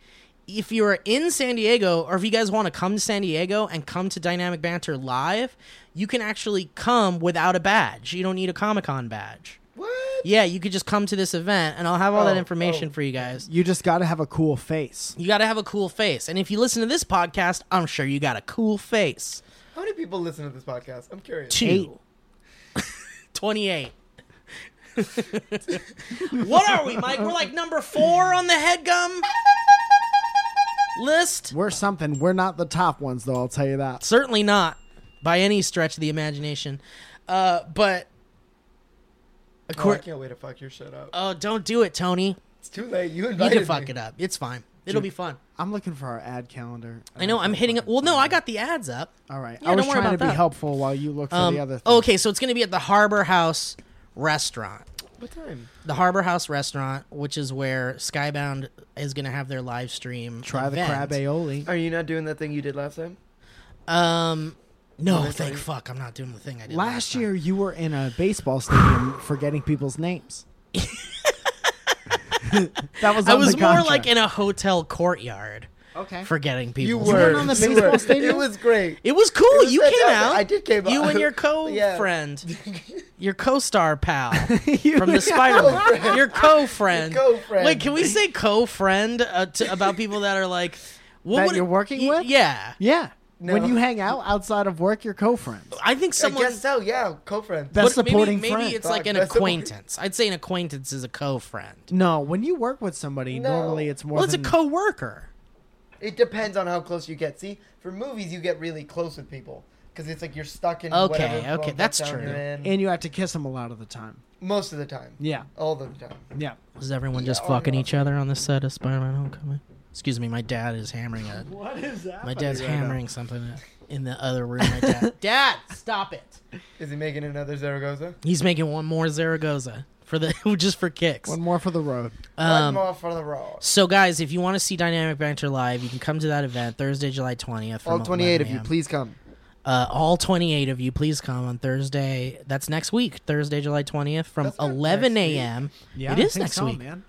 Speaker 2: If you are in San Diego, or if you guys want to come to San Diego and come to Dynamic Banter live, you can actually come without a badge. You don't need a Comic Con badge.
Speaker 4: What?
Speaker 2: Yeah, you could just come to this event, and I'll have all that
Speaker 4: Oh,
Speaker 2: information
Speaker 4: oh.
Speaker 2: for you guys.
Speaker 3: you just got to have a cool face.
Speaker 2: You got to have a cool face, and if you listen to this podcast, I'm sure you got a cool face.
Speaker 4: How many people listen to this podcast? I'm curious.
Speaker 2: Two. 28. what are we, Mike? We're like number four on the headgum list?
Speaker 3: We're something. We're not the top ones, though. I'll tell you that.
Speaker 2: Certainly not by any stretch of the imagination. Uh, but, of
Speaker 4: Oh, I
Speaker 2: course.
Speaker 4: can't wait to fuck your shit up.
Speaker 2: Oh, don't do it, Tony.
Speaker 4: It's too late. You
Speaker 2: You
Speaker 4: invited
Speaker 2: can fuck
Speaker 4: me.
Speaker 2: it up. It's fine. It'll be fun.
Speaker 3: I'm looking for our ad calendar.
Speaker 2: I know I'm hitting up. Well, no, I got the ads up.
Speaker 3: All right.
Speaker 2: Yeah,
Speaker 3: I was
Speaker 2: don't worry
Speaker 3: trying to
Speaker 2: about
Speaker 3: be
Speaker 2: that.
Speaker 3: helpful while you look for
Speaker 2: Um,
Speaker 3: the other. Thing.
Speaker 2: okay, so it's going to be at the Harbor House restaurant.
Speaker 4: What time?
Speaker 2: The Harbor House restaurant, which is where Skybound is going to have their live stream.
Speaker 3: Try the
Speaker 2: event.
Speaker 3: crab aioli.
Speaker 4: Are you not doing that thing you did last time?
Speaker 2: Um, no,
Speaker 4: they
Speaker 2: thank
Speaker 4: trying-
Speaker 2: fuck, I'm not doing the thing I did last,
Speaker 3: Last
Speaker 2: time.
Speaker 3: year, you were in a baseball stadium forgetting people's names. that was.
Speaker 2: I
Speaker 3: on the
Speaker 2: was more
Speaker 3: contract.
Speaker 2: like in a hotel courtyard,
Speaker 3: okay.
Speaker 2: forgetting people.
Speaker 4: You
Speaker 3: weren't
Speaker 4: were
Speaker 3: on the
Speaker 4: You
Speaker 3: baseball
Speaker 4: were.
Speaker 3: stadium?
Speaker 4: It was great.
Speaker 2: It was cool.
Speaker 4: was
Speaker 2: you came
Speaker 4: fantastic.
Speaker 2: out.
Speaker 4: I did came
Speaker 2: You
Speaker 4: out.
Speaker 2: and your
Speaker 4: Yeah.
Speaker 2: co-friend, your co-star pal
Speaker 3: You-
Speaker 2: from the Spider-Man. your co-friend.
Speaker 4: Your co-friend.
Speaker 2: Wait, can we say co-friend uh, to, about people that are like, what
Speaker 3: That
Speaker 2: would it-
Speaker 3: you're working
Speaker 2: y-
Speaker 3: with?
Speaker 2: Yeah,
Speaker 3: yeah. When
Speaker 4: No.
Speaker 3: you hang out outside of work, you're co-friends.
Speaker 2: I think
Speaker 4: I
Speaker 2: someone.
Speaker 4: guess so. Yeah, co-friend.
Speaker 3: That's
Speaker 2: But
Speaker 3: supporting
Speaker 2: maybe,
Speaker 3: friends.
Speaker 2: maybe it's like an
Speaker 4: That's supporting-
Speaker 2: acquaintance. I'd say an acquaintance is a co-friend.
Speaker 3: No, when you work with somebody,
Speaker 4: No.
Speaker 3: normally it's more.
Speaker 2: Well, it's a
Speaker 3: than,
Speaker 2: co-worker.
Speaker 4: it depends on how close you get. See, for movies, you get really close with people because it's like you're stuck in.
Speaker 2: Okay,
Speaker 4: whatever
Speaker 2: okay,
Speaker 4: bubble
Speaker 2: that's
Speaker 4: town
Speaker 2: true.
Speaker 4: you're in.
Speaker 3: and you have to kiss them a lot of the time.
Speaker 4: Most of the time.
Speaker 3: Yeah,
Speaker 4: All of the time.
Speaker 3: yeah.
Speaker 2: Was everyone just
Speaker 4: Yeah, or
Speaker 2: fucking
Speaker 4: not.
Speaker 2: each other on the set of Spider-Man: Homecoming? Excuse me, my dad is hammering a.
Speaker 3: What is that?
Speaker 2: My dad's hammering something in the other room. My dad, dad, stop it!
Speaker 4: Is he making another Zaragoza?
Speaker 2: He's making one more Zaragoza for the just for kicks.
Speaker 3: One more for the road.
Speaker 4: One
Speaker 2: Um,
Speaker 4: more for the road.
Speaker 2: so guys, if you want to see Dynamic Banter live, you can come to that event Thursday, July twentieth.
Speaker 4: All 28 of you, please come.
Speaker 2: Uh, all 28 of you, please come on Thursday. That's next week, Thursday, July 20th, from
Speaker 4: That's not
Speaker 2: 11
Speaker 4: next
Speaker 2: a.m. it is
Speaker 3: I think
Speaker 2: next
Speaker 3: so,
Speaker 2: week.
Speaker 3: man.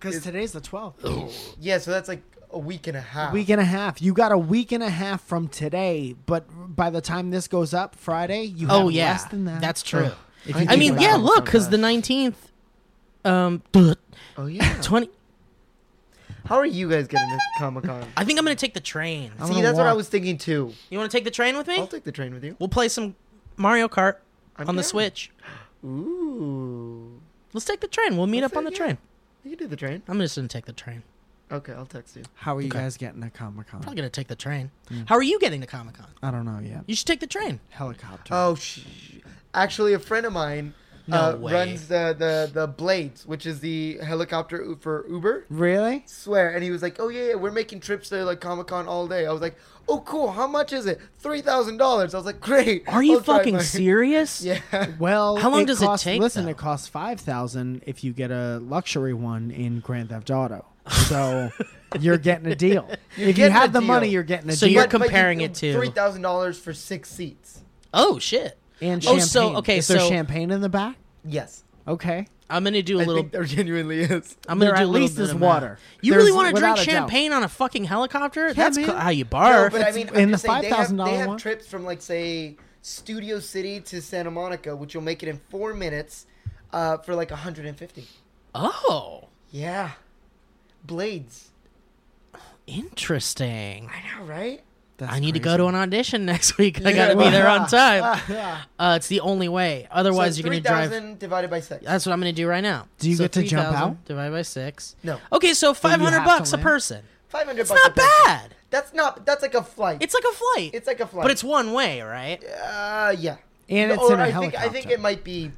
Speaker 3: Because today's the 12th.
Speaker 4: Yeah, so that's like a week and a half.
Speaker 3: Week and a half. You got a week and a half from today, but by the time this goes up Friday, you have
Speaker 2: Oh yeah,
Speaker 3: less than that.
Speaker 2: that's true.
Speaker 4: Oh,
Speaker 3: If you
Speaker 2: I
Speaker 3: think
Speaker 2: mean,
Speaker 3: about
Speaker 2: yeah,
Speaker 3: it.
Speaker 2: look, because the 19th, um,
Speaker 4: Oh yeah.
Speaker 2: 20.
Speaker 4: How are you guys getting to Comic Con?
Speaker 2: I think I'm gonna take the train.
Speaker 3: I'm
Speaker 4: See,
Speaker 3: gonna
Speaker 4: that's what I
Speaker 3: walk.
Speaker 4: was thinking too.
Speaker 2: You want to take the train with
Speaker 4: I'll
Speaker 2: me?
Speaker 4: take the train with you.
Speaker 2: We'll play some Mario Kart
Speaker 4: I'm
Speaker 2: on the
Speaker 4: down.
Speaker 2: Switch.
Speaker 4: Ooh.
Speaker 2: Let's take the train. We'll meet
Speaker 4: Let's
Speaker 2: up on the
Speaker 4: take-
Speaker 2: train.
Speaker 4: You can do the train.
Speaker 2: I'm just gonna take the train.
Speaker 4: Okay, I'll text you.
Speaker 3: How are you
Speaker 2: Okay.
Speaker 3: guys getting to Comic Con?
Speaker 2: Probably gonna take the train.
Speaker 3: Mm.
Speaker 2: How are you getting to Comic Con?
Speaker 3: I don't know yet.
Speaker 2: You should take the train.
Speaker 3: Helicopter.
Speaker 4: Oh, sh- actually, a friend of mine
Speaker 2: No
Speaker 4: uh,
Speaker 2: way.
Speaker 4: runs the, the the Blades, which is the helicopter u- for Uber.
Speaker 3: really?
Speaker 4: Swear, and he was like, "Oh yeah, yeah, we're making trips to like Comic Con all day." I was like, "Oh cool, how much is it? Three thousand dollars." I was like, "Great."
Speaker 2: Are you
Speaker 3: Oh,
Speaker 4: I'll drive
Speaker 2: fucking
Speaker 4: my-"
Speaker 2: serious?
Speaker 4: Yeah.
Speaker 3: Well,
Speaker 2: How long
Speaker 3: it
Speaker 2: does it
Speaker 3: costs-
Speaker 2: take,
Speaker 3: Listen,
Speaker 2: though?
Speaker 3: it costs five thousand if you get a luxury one in Grand Theft Auto. So you're getting a deal. if you
Speaker 4: getting
Speaker 3: have
Speaker 4: a
Speaker 3: the
Speaker 4: deal.
Speaker 3: money, you're getting a
Speaker 2: So
Speaker 3: deal.
Speaker 2: you're- comparing it to-
Speaker 4: three thousand dollars for six seats.
Speaker 2: Oh shit.
Speaker 3: and
Speaker 2: Oh,
Speaker 3: champagne.
Speaker 2: so- okay,
Speaker 3: Is there
Speaker 2: so-
Speaker 3: champagne in the back?
Speaker 4: Yes,
Speaker 3: Okay.
Speaker 2: I'm gonna do a
Speaker 4: I
Speaker 2: little.
Speaker 4: think there genuinely is.
Speaker 2: I'm gonna
Speaker 3: There
Speaker 2: do
Speaker 3: at
Speaker 2: a little
Speaker 3: least
Speaker 2: bit
Speaker 3: is
Speaker 2: of
Speaker 3: water.
Speaker 2: math. You
Speaker 3: There's-
Speaker 2: really want to drink
Speaker 3: without a doubt.
Speaker 2: champagne on a fucking helicopter? That's
Speaker 3: man.
Speaker 2: co- how you
Speaker 4: No,
Speaker 2: barf.
Speaker 4: but I mean, I'm
Speaker 3: in
Speaker 4: just
Speaker 3: the
Speaker 4: saying, they have-
Speaker 3: $5,000
Speaker 4: They have
Speaker 3: one?
Speaker 4: trips from like say Studio City to Santa Monica, which you'll make it in four minutes, uh, for like 150.
Speaker 2: oh,
Speaker 4: Yeah, blades.
Speaker 2: interesting.
Speaker 4: I know, right?
Speaker 3: That's
Speaker 2: I need to go
Speaker 3: crazy.
Speaker 2: to an audition next week. I gotta be there on time. Uh, it's the only way. Otherwise,
Speaker 4: so
Speaker 2: you're gonna drive.
Speaker 4: 3,000 divided by six.
Speaker 2: That's what I'm gonna do right now.
Speaker 3: Do you
Speaker 2: So
Speaker 3: get to jump
Speaker 2: 3,000
Speaker 3: out?
Speaker 2: Divided by six.
Speaker 4: No.
Speaker 2: Okay, so
Speaker 3: you
Speaker 2: 500
Speaker 3: have to
Speaker 2: bucks a
Speaker 3: land.
Speaker 2: person.
Speaker 4: Five hundred.
Speaker 2: Oh, It's not bad.
Speaker 4: That's not. That's like a flight.
Speaker 2: It's like a flight.
Speaker 4: It's like a flight.
Speaker 2: but it's one way, right?
Speaker 4: Uh, yeah.
Speaker 3: And it's
Speaker 4: or
Speaker 3: in a
Speaker 4: I think I think
Speaker 3: helicopter.
Speaker 4: it might be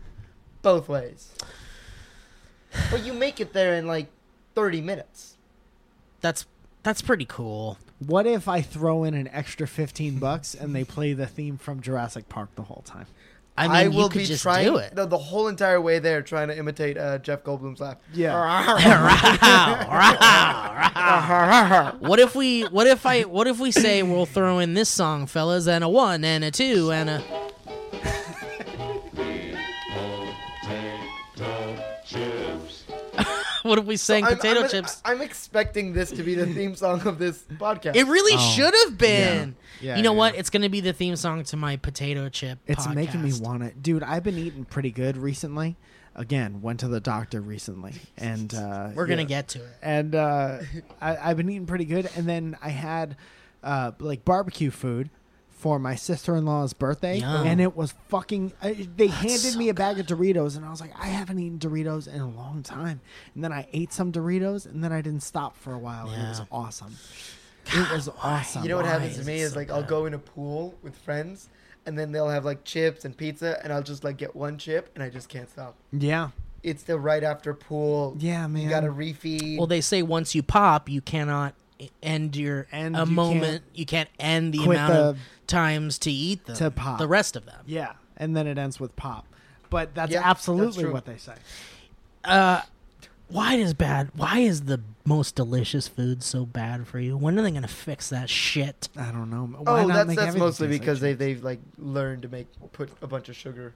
Speaker 4: both ways. But you make it there in like thirty minutes.
Speaker 2: That's that's pretty cool.
Speaker 3: What if I throw in an extra fifteen bucks and they play the theme from Jurassic Park the whole time?
Speaker 2: I mean,
Speaker 4: I
Speaker 2: you
Speaker 4: will
Speaker 2: could
Speaker 4: be
Speaker 2: just
Speaker 4: trying
Speaker 2: do it.
Speaker 4: The, the whole entire way there, trying to imitate uh, Jeff Goldblum's laugh.
Speaker 2: Row, row, row. what if we? What if I? What if we say we'll throw in this song, fellas, and a one and a two and a. what if we sang
Speaker 4: I'm-
Speaker 2: potato
Speaker 4: I'm,
Speaker 2: chips?
Speaker 4: I'm expecting this to be the theme song of this podcast.
Speaker 2: it really
Speaker 3: Oh,
Speaker 2: should have been.
Speaker 3: yeah. Yeah,
Speaker 2: you know
Speaker 3: yeah.
Speaker 2: what? It's going to be the theme song to my potato chip.
Speaker 3: It's making me
Speaker 2: podcast.
Speaker 3: want it, dude. I've been eating pretty good recently. Again, went to the doctor recently, and uh,
Speaker 2: We're gonna
Speaker 3: yeah.
Speaker 2: get to it.
Speaker 3: and uh, I, I've been eating pretty good. And then I had uh, like barbecue food for my sister in law's birthday,
Speaker 2: Yum.
Speaker 3: and it was fucking. I, they handed
Speaker 2: so
Speaker 3: me a bag of Doritos, and I was like, I haven't eaten Doritos in a long time. And then I ate some Doritos, and then I didn't stop for a while, and it was
Speaker 2: Yeah.
Speaker 3: awesome. it was awesome.
Speaker 4: You know what
Speaker 2: Why
Speaker 4: happens to
Speaker 2: is it
Speaker 4: me is
Speaker 2: so
Speaker 4: like I'll
Speaker 2: bad?
Speaker 4: go in a pool with friends, and then they'll have like chips and pizza, and I'll just like get one chip, and I just can't stop.
Speaker 3: Yeah,
Speaker 4: It's the right after pool.
Speaker 3: Yeah,
Speaker 4: You
Speaker 3: man.
Speaker 4: gotta refeed.
Speaker 2: Well, they say once you pop, you cannot e- end your
Speaker 3: End-
Speaker 2: a
Speaker 3: you
Speaker 2: moment. you can't end the
Speaker 3: quit
Speaker 2: amount of
Speaker 3: the-
Speaker 2: times to eat them.
Speaker 3: to pop.
Speaker 2: the rest of them.
Speaker 3: yeah. And then it ends with pop, but that's
Speaker 4: Yeah, that's
Speaker 3: absolutely
Speaker 4: true.
Speaker 3: what they say.
Speaker 2: Uh, Why does bad? Why is the most delicious food so bad for you? When are they gonna fix that shit?
Speaker 3: I don't know. Why
Speaker 4: oh,
Speaker 3: not
Speaker 4: that's
Speaker 3: make
Speaker 4: that's
Speaker 3: everything
Speaker 4: mostly
Speaker 3: taste like
Speaker 4: because
Speaker 3: chips?
Speaker 4: they they've like learned to make put a bunch of sugar and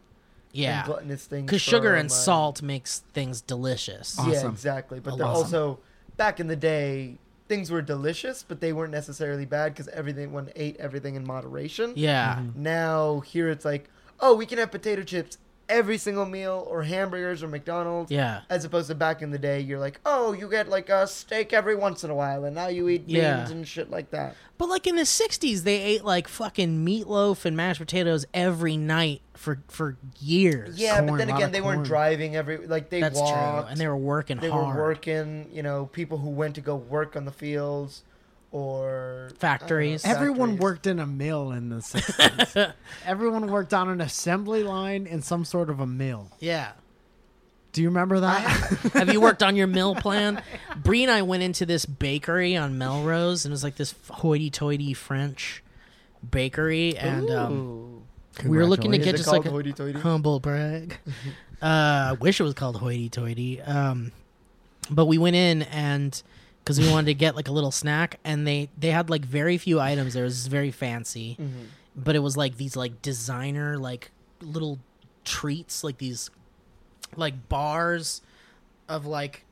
Speaker 2: Yeah,
Speaker 4: gluttonous things.
Speaker 2: because sugar
Speaker 4: for,
Speaker 2: and
Speaker 4: like-
Speaker 2: salt makes things delicious.
Speaker 3: Oh.
Speaker 4: Yeah,
Speaker 3: Awesome.
Speaker 4: exactly. But
Speaker 2: I
Speaker 4: they're
Speaker 2: love 'em.
Speaker 4: also back in the day. Things were delicious, but they weren't necessarily bad because everyone ate everything in moderation.
Speaker 2: Yeah,
Speaker 4: Mm-hmm. Now here it's like, oh, we can have potato chips every single meal, or hamburgers, or McDonald's.
Speaker 2: Yeah.
Speaker 4: As opposed to back in the day, you're like, oh, you get like a steak every once in a while, and now you eat beans
Speaker 2: Yeah.
Speaker 4: and shit like that.
Speaker 2: but like in the '60s, they ate like fucking meatloaf and mashed potatoes every night for for years.
Speaker 4: Yeah, but
Speaker 3: Corn,
Speaker 4: then
Speaker 3: lot
Speaker 4: again,
Speaker 3: of
Speaker 4: they
Speaker 3: corn.
Speaker 4: weren't driving every like they
Speaker 2: that's
Speaker 4: walked.
Speaker 2: true. And they were working
Speaker 4: they
Speaker 2: hard.
Speaker 4: were working. You know, people who went to go work on the fields or I don't know,
Speaker 2: Factories.
Speaker 3: Everyone
Speaker 4: factories.
Speaker 3: worked in a mill in the 60s. Everyone worked on an assembly line in some sort of a mill.
Speaker 2: Yeah.
Speaker 3: Do you remember that?
Speaker 2: Have you worked on your mill plan? Bree and I went into this bakery on Melrose, and it was like this hoity-toity French bakery, and um, we were looking to
Speaker 4: Is
Speaker 2: get
Speaker 4: it
Speaker 2: just
Speaker 4: called
Speaker 2: like a
Speaker 4: hoity-toity?
Speaker 2: humble brag. Uh, I wish it was called hoity-toity, um, but we went in and because we wanted to get like a little snack, and they they had like very few items. There was very fancy, but it was like these like designer like little treats, like these like bars of like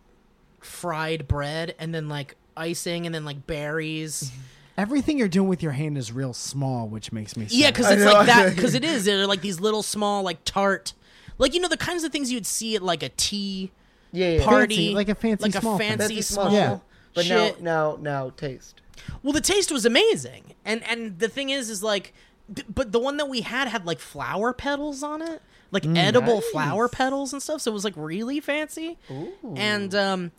Speaker 2: fried bread and then like icing and then like berries.
Speaker 3: Everything you're doing with your hand is real small, which makes me sad.
Speaker 2: yeah, because it's
Speaker 4: know,
Speaker 2: like that.
Speaker 4: I-
Speaker 2: Because it is. They're like these little small like tart, like you know the kinds of things you'd see at like a tea
Speaker 4: Yeah, yeah, yeah.
Speaker 2: party,
Speaker 3: Fancy, like a fancy
Speaker 2: like
Speaker 3: small
Speaker 2: a
Speaker 3: thing.
Speaker 2: fancy,
Speaker 4: Fancy
Speaker 2: small.
Speaker 4: small.
Speaker 3: Yeah.
Speaker 4: But
Speaker 2: shit.
Speaker 4: now, now, now, taste.
Speaker 2: Well, the taste was amazing, and and the thing is, is like, b- but the one that we had had like flower petals on it, like
Speaker 4: Mm,
Speaker 2: edible flower petals and stuff. So it was like really fancy. And um,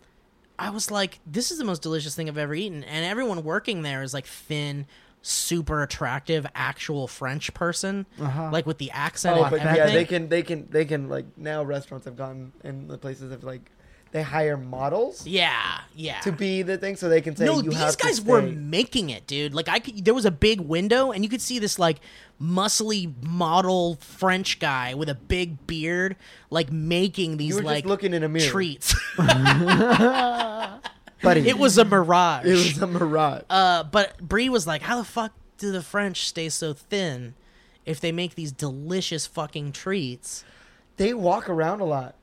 Speaker 2: I was like, this is the most delicious thing I've ever eaten. And everyone working there is like thin, super attractive, actual French person, like with the accent
Speaker 4: Oh,
Speaker 2: and
Speaker 4: but
Speaker 2: everything.
Speaker 4: yeah, they can, they can, they can. Like now, restaurants have gotten and the places have like they hire models
Speaker 2: yeah, yeah.
Speaker 4: to be the thing, so they can say
Speaker 2: no,
Speaker 4: you
Speaker 2: these
Speaker 4: have to
Speaker 2: guys were
Speaker 4: stay."
Speaker 2: making it, dude. Like I could, there was a big window, and you could see this like muscly model French guy with a big beard, like making these
Speaker 4: You were just
Speaker 2: like
Speaker 4: looking in a mirror,
Speaker 2: treats.
Speaker 4: buddy.
Speaker 2: it was a mirage.
Speaker 4: it was a mirage.
Speaker 2: uh, but Brie was like, "How the fuck do the French stay so thin if they make these delicious fucking treats?"
Speaker 4: they walk around a lot.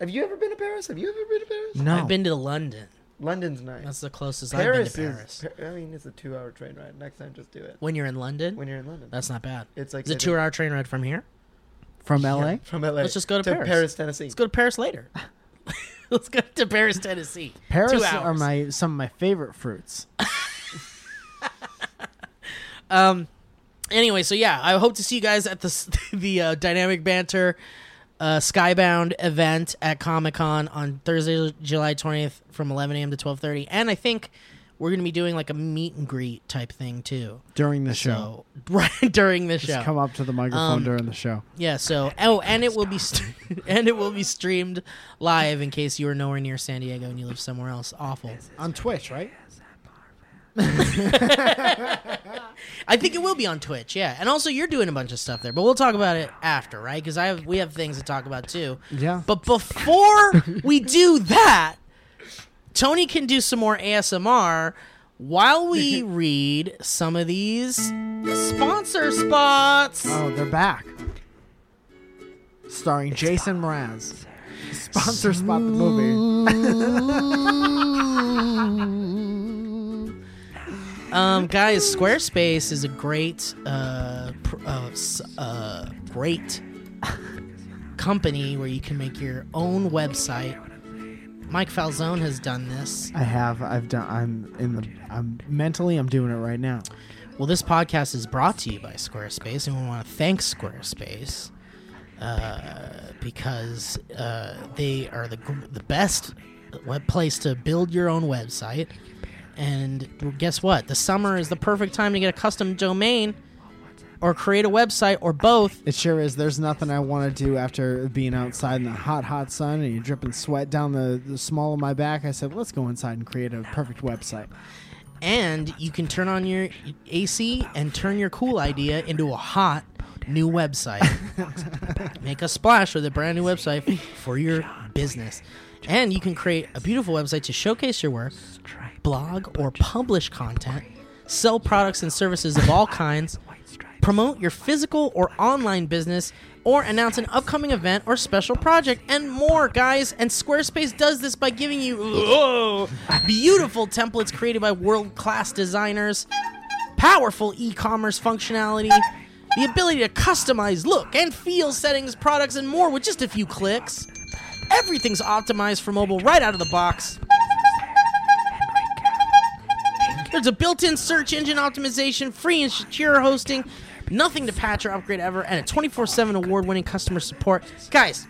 Speaker 4: Have you ever been to Paris? Have you ever been to Paris?
Speaker 3: No.
Speaker 2: I've been to London.
Speaker 4: London's nice.
Speaker 2: That's the closest
Speaker 4: Oh. Paris
Speaker 2: I've been to Paris.
Speaker 4: is. Pa- I mean, it's a two-hour train ride. Next time, just do it
Speaker 2: when you're in London,
Speaker 4: when you're in London.
Speaker 2: that's not bad.
Speaker 4: It's like
Speaker 2: it's a
Speaker 4: they-
Speaker 2: two-hour train ride from here.
Speaker 3: From LA?
Speaker 4: from LA.
Speaker 2: Let's just go to Paris.
Speaker 4: Tennessee.
Speaker 2: Let's go to Paris later. Let's go to Paris, Tennessee. Two
Speaker 3: Paris
Speaker 2: hours.
Speaker 3: are my some of my favorite fruits.
Speaker 2: Um, anyway, so yeah, I hope to see you guys at the s- the uh, Dynamic Banter uh, Skybound event at Comic Con on Thursday, July 20th, from 11 a.m. to 12:30. And I think we're gonna be doing like a meet and greet type thing too.
Speaker 3: during the
Speaker 2: So
Speaker 3: show.
Speaker 2: right during the
Speaker 3: Just
Speaker 2: show,
Speaker 3: come up to the microphone
Speaker 2: Um,
Speaker 3: during the show.
Speaker 2: yeah. So oh, and it will be st- and it will be streamed live in case you are nowhere near San Diego and you live somewhere else. Awful.
Speaker 3: On Twitch, right?
Speaker 2: I think it will be on Twitch, yeah. And also, you're doing a bunch of stuff there, but we'll talk about it after, right? Because I have we have things to talk about too.
Speaker 3: Yeah.
Speaker 2: But before we do that, Tony can do some more ASMR while we read some of these sponsor spots.
Speaker 3: Oh, they're back. Starring Jason Mraz. Sponsor spot the movie.
Speaker 2: Um, guys, Squarespace is a great, uh, pr- uh, s- uh, great company where you can make your own website. Mike Falzone has done this.
Speaker 3: I have. I've done. I'm in the. I'm mentally. I'm doing it right now.
Speaker 2: Well, this podcast is brought to you by Squarespace, and we want to thank Squarespace uh, because uh, they are the gr- the best web place to build your own website. And guess what? The summer is the perfect time to get a custom domain, or create a website, or both.
Speaker 3: It sure is. There's nothing I want to do after being outside in the hot, hot sun and you're dripping sweat down the, the small of my back. I said, let's go inside and create a perfect website.
Speaker 2: And you can turn on your AC and turn your cool idea into a hot new website. Make a splash with a brand new website for your business. And you can create a beautiful website to showcase your work, blog, or publish content, sell products and services of all kinds, promote your physical or online business, or announce an upcoming event or special project, and more, guys. And Squarespace does this by giving you oh, beautiful templates created by world class designers powerful e-commerce functionality, the ability to customize look and feel settings, products, and more with just a few clicks. Everything's optimized for mobile right out of the box. There's a built-in search engine optimization, free and secure hosting, nothing to patch or upgrade ever, and a 24/7 award-winning customer support. Guys,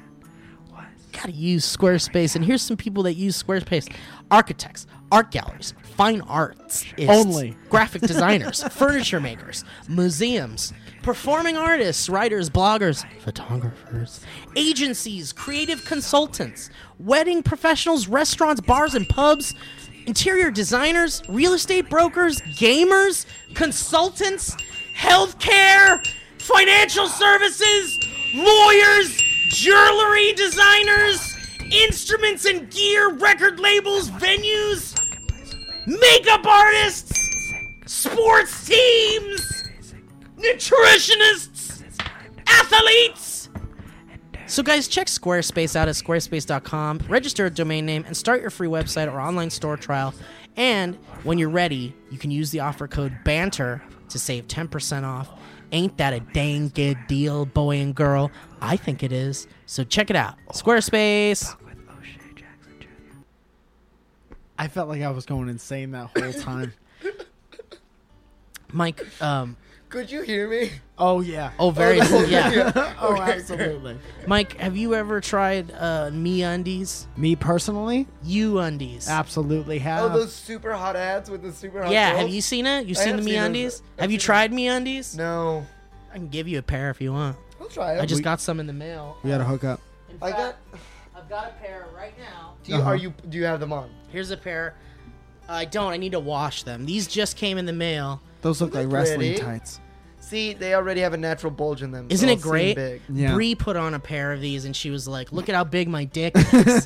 Speaker 2: gotta use Squarespace, and here's some people that use Squarespace: architects, art galleries, fine arts,
Speaker 3: Only.
Speaker 2: graphic designers, furniture makers, museums, performing artists, writers, bloggers, photographers, agencies, creative consultants, wedding professionals, restaurants, bars, and pubs, interior designers, real estate brokers, gamers, consultants, healthcare, financial services, lawyers, jewelry designers, instruments and gear, record labels, venues makeup artists, sports teams, nutritionists, athletes. So, guys, check Squarespace out at squarespace.com, register a domain name, and start your free website or online store trial. And when you're ready, you can use the offer code BANTER to save 10% off. Ain't that a dang good deal, boy and girl? I think it is. So, check it out Squarespace.
Speaker 3: I felt like I was going insane that whole time.
Speaker 2: Mike, um,
Speaker 4: Could you hear me?
Speaker 3: oh, yeah.
Speaker 2: oh, very, yeah.
Speaker 3: oh absolutely.
Speaker 2: Mike, have you ever tried uh, me undies?
Speaker 3: Me personally,
Speaker 2: You undies.
Speaker 3: absolutely have.
Speaker 4: Oh, those super hot ads with the super hot.
Speaker 2: Uh, yeah,
Speaker 4: girls?
Speaker 2: have you seen it? You
Speaker 4: I
Speaker 2: seen the
Speaker 4: have
Speaker 2: me
Speaker 4: seen those.
Speaker 2: undies?
Speaker 4: I've
Speaker 2: Have you
Speaker 4: seen
Speaker 2: tried me undies?
Speaker 4: No,
Speaker 2: I can give you a pair if you want.
Speaker 4: I'll try it.
Speaker 2: I just got some in the mail.
Speaker 3: we got to hook up.
Speaker 2: In
Speaker 4: I got.
Speaker 2: fact, I've got a pair right now.
Speaker 4: Do you, Are you? Do you have them on?
Speaker 2: Here's a pair. I don't. I need to wash them. These just came in the mail.
Speaker 3: Those look like wrestling
Speaker 4: pretty.
Speaker 3: tights.
Speaker 4: See, they already have a natural bulge in them. so
Speaker 2: Isn't it
Speaker 4: I'll seem
Speaker 2: great?
Speaker 4: Big.
Speaker 3: Yeah.
Speaker 2: Bree put on a pair of these and she was like, "Look at how big my dick is."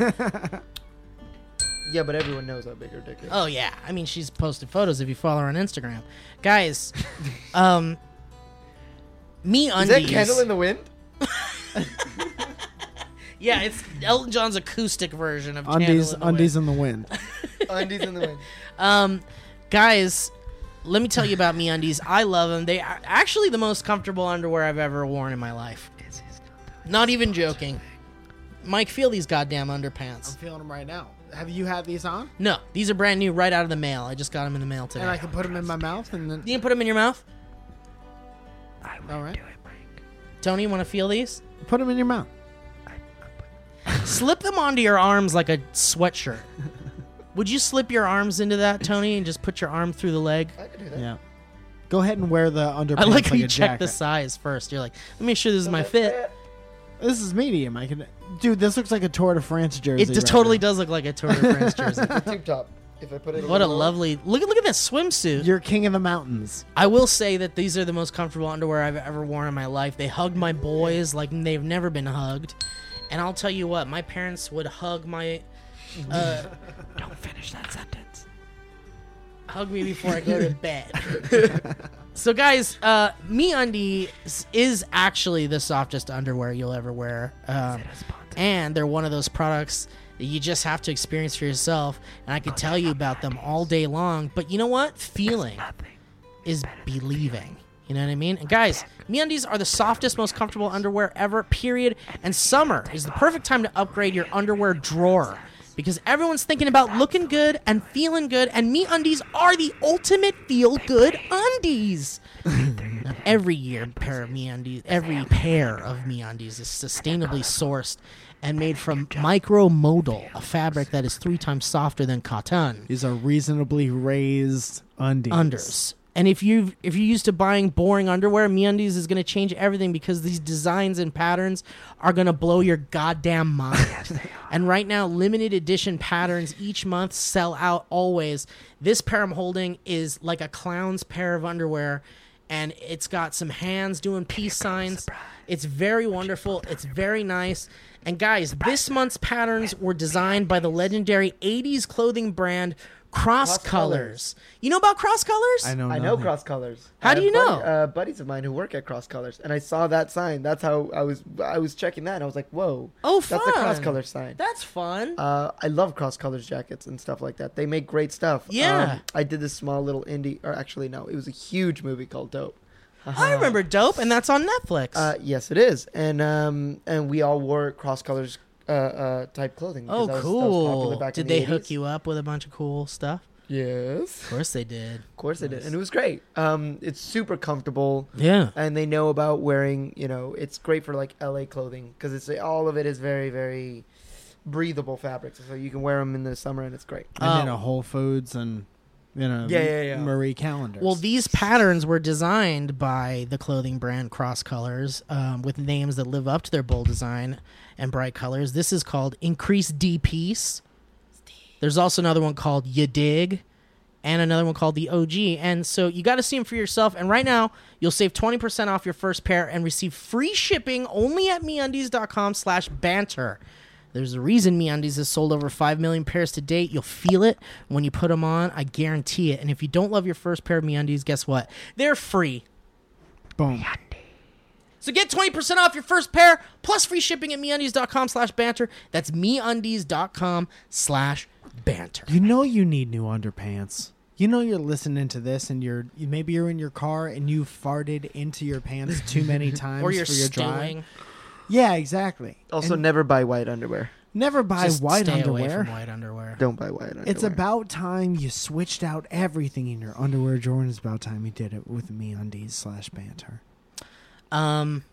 Speaker 4: Yeah, but everyone knows how big your dick is.
Speaker 2: oh yeah. I mean, she's posted photos if you follow her on Instagram. Guys, um me
Speaker 4: is
Speaker 2: undies.
Speaker 4: that candle in the wind?
Speaker 2: Yeah, it's Elton John's acoustic version of
Speaker 3: Undies,
Speaker 2: Candle in the
Speaker 3: undies in the wind.
Speaker 4: Undies in the wind.
Speaker 2: Wind. Um, guys, let me tell you about me undies. I love them. They are actually the most comfortable underwear I've ever worn in my life. Not even joking. Mike, feel these goddamn underpants.
Speaker 3: feeling them right now. Have you had these on?
Speaker 2: No, these are brand new, right out of the mail. I just got them in the mail today.
Speaker 3: put them in my mouth and then.
Speaker 2: you can put them in your mouth.
Speaker 3: All right.
Speaker 2: Tony, you want to feel these?
Speaker 3: Put them in your mouth.
Speaker 2: Slip them onto your arms like a sweatshirt. Would you slip your arms into that, Tony, and just put your arm through the leg?
Speaker 4: I could do that.
Speaker 3: Yeah. Go ahead and wear the underpants
Speaker 2: I like how
Speaker 3: like
Speaker 2: you
Speaker 3: a
Speaker 2: check
Speaker 3: jacket.
Speaker 2: the size first. You're like, let me make sure this is my fit.
Speaker 3: This is medium. I can, dude. This looks like a Tour de France jersey.
Speaker 2: It d-
Speaker 3: right
Speaker 2: totally
Speaker 3: now.
Speaker 2: does look like a Tour de France jersey.
Speaker 4: Tube top. If I put it.
Speaker 2: What a
Speaker 4: little-
Speaker 2: lovely look! Look at that swimsuit.
Speaker 3: You're king of the mountains.
Speaker 2: I will say that these are the most comfortable underwear I've ever worn in my life. They hugged my boys like they've never been hugged. And I'll tell you what, my parents would hug my. Uh, don't finish that sentence. Hug me before I go to bed. so, guys, uh, Me Undie is actually the softest underwear you'll ever wear. Um, and they're one of those products that you just have to experience for yourself. And I could tell you about them all day long. But you know what? Feeling is believing. You know what I mean? And guys, MeUndies are the softest, most comfortable underwear ever, period. And summer is the perfect time to upgrade your underwear drawer because everyone's thinking about looking good and feeling good, and MeUndies are the ultimate feel-good undies. Now, every year, pair of MeUndies, every pair of MeUndies is sustainably sourced and made from micromodal, a fabric that is three times softer than cotton
Speaker 3: These are reasonably raised undies.
Speaker 2: unders. And if you if you're used to buying boring underwear, MeUndies is going to change everything because these designs and patterns are going to blow your goddamn mind. and right now, limited edition patterns each month sell out always. This pair I'm holding is like a clown's pair of underwear, and it's got some hands doing peace signs. It's very wonderful. It's very nice. And guys, this month's patterns were designed by the legendary '80s clothing brand. Cross,
Speaker 4: Cross
Speaker 2: colors.
Speaker 4: Colours.
Speaker 2: You know about cross colors?
Speaker 3: I know.
Speaker 4: I know
Speaker 3: nothing.
Speaker 4: Cross Colors.
Speaker 2: Oh, How
Speaker 4: I
Speaker 2: do
Speaker 4: have
Speaker 2: you
Speaker 4: buddy-
Speaker 2: know?
Speaker 4: uh, buddies of mine who work at Cross Colors, and I saw that sign. That's how I was. I was checking that, and I was like, "Whoa,
Speaker 2: Oh,
Speaker 4: that's the Cross
Speaker 2: fun.
Speaker 4: Colors sign."
Speaker 2: That's fun.
Speaker 4: Uh, I love cross colors jackets and stuff like that. They make great stuff.
Speaker 2: Yeah.
Speaker 4: Um, I did this small little indie, or actually no, it was a huge movie called Dope.
Speaker 2: I remember Dope, and that's on Netflix.
Speaker 4: Uh, yes, it is, and um, and we all wore cross colors uh, uh, type clothing. because
Speaker 2: oh,
Speaker 4: that was- that was
Speaker 2: cool.
Speaker 4: popular back
Speaker 2: did
Speaker 4: in
Speaker 2: they
Speaker 4: the
Speaker 2: hook
Speaker 4: 80s.
Speaker 2: you up with a bunch of cool stuff? Of
Speaker 4: Yes,
Speaker 2: course they did.
Speaker 4: of course they did, and it was great. Um, it's super comfortable.
Speaker 2: Yeah.
Speaker 4: and they know about wearing you know it's great for like la clothing because it's all of it is very very breathable fabrics so you can wear them in the summer and it's great
Speaker 3: And then
Speaker 2: Oh.
Speaker 3: a Whole Foods and you know
Speaker 4: Yeah, yeah, yeah.
Speaker 3: Marie Calendar.
Speaker 2: Well, these patterns were designed by the clothing brand Cross Colors um, with names that live up to their bold design and bright colors. This is called Increase D Piece. There's also another one called You Dig and another one called the OG. And so you got to see them for yourself. And right now, you'll save 20% off your first pair and receive free shipping only at MeUndies.com slash banter. There's a reason MeUndies has sold over 5 million pairs to date. You'll feel it when you put them on. I guarantee it. And if you don't love your first pair of MeUndies, guess what? They're free.
Speaker 3: boom.
Speaker 2: So get 20% off your first pair plus free shipping at MeUndies.com slash banter. That's MeUndies.com slash banter.
Speaker 3: You know you need new underpants. You know you're listening to this and you're you- maybe you're in your car and you farted into your pants too many times
Speaker 2: Or you're
Speaker 3: for your
Speaker 2: stewing.
Speaker 3: drive. Yeah, exactly.
Speaker 4: also
Speaker 3: And
Speaker 4: never buy white underwear
Speaker 3: never buy
Speaker 2: Just
Speaker 3: white
Speaker 2: stay away
Speaker 3: underwear.
Speaker 2: from white underwear.
Speaker 4: don't buy white underwear
Speaker 3: It's about time you switched out everything in your underwear, Jordan. It's about time you did it with me undies slash banter.
Speaker 2: Um...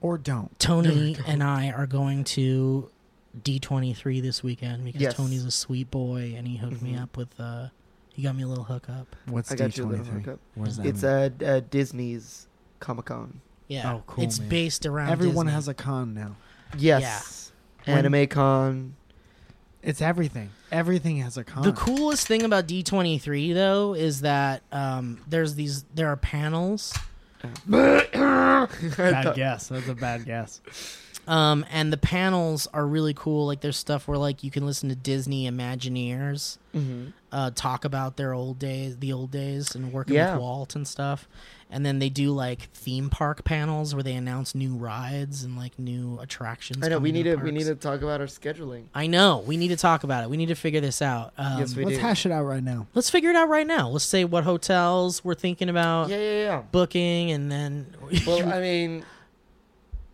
Speaker 3: Or don't.
Speaker 2: Tony and I are going to D23 this weekend because
Speaker 4: Yes.
Speaker 2: Tony's a sweet boy and he hooked me
Speaker 3: Mm-hmm.
Speaker 2: up with uh he got me a little hookup.
Speaker 3: What's
Speaker 4: I
Speaker 3: D
Speaker 4: got you a
Speaker 3: twenty
Speaker 4: little
Speaker 3: three?
Speaker 4: hookup.
Speaker 3: What does that
Speaker 4: it's
Speaker 3: mean?
Speaker 4: uh, d- uh, disney's comic-con
Speaker 2: Yeah.
Speaker 3: Oh, cool,
Speaker 2: It's
Speaker 3: man.
Speaker 2: based around
Speaker 3: Everyone
Speaker 2: Disney.
Speaker 3: has a con now.
Speaker 4: yes anime con
Speaker 3: It's everything. Everything has a con.
Speaker 2: The coolest thing about D23 though is that um there's these there are panels
Speaker 3: bad guess. That's a bad guess.
Speaker 2: um and the panels are really cool like there's stuff where like you can listen to Disney Imagineers
Speaker 3: Mm-hmm.
Speaker 2: uh, talk about their old days, the old days, and working
Speaker 4: Yeah.
Speaker 2: with Walt and stuff. And then they do like theme park panels where they announce new rides and like new attractions.
Speaker 4: i know we
Speaker 2: coming
Speaker 4: need
Speaker 2: to
Speaker 4: to we
Speaker 2: parks.
Speaker 4: need to talk about our scheduling
Speaker 2: I know we need to talk about it. We need to figure this out. Um,
Speaker 4: yes we
Speaker 3: Let's
Speaker 4: do
Speaker 3: hash it out right now.
Speaker 2: Let's figure it out right now. Let's say what hotels we're thinking
Speaker 3: Uh,
Speaker 2: about
Speaker 4: yeah yeah yeah
Speaker 2: booking, and then
Speaker 4: Well, I mean,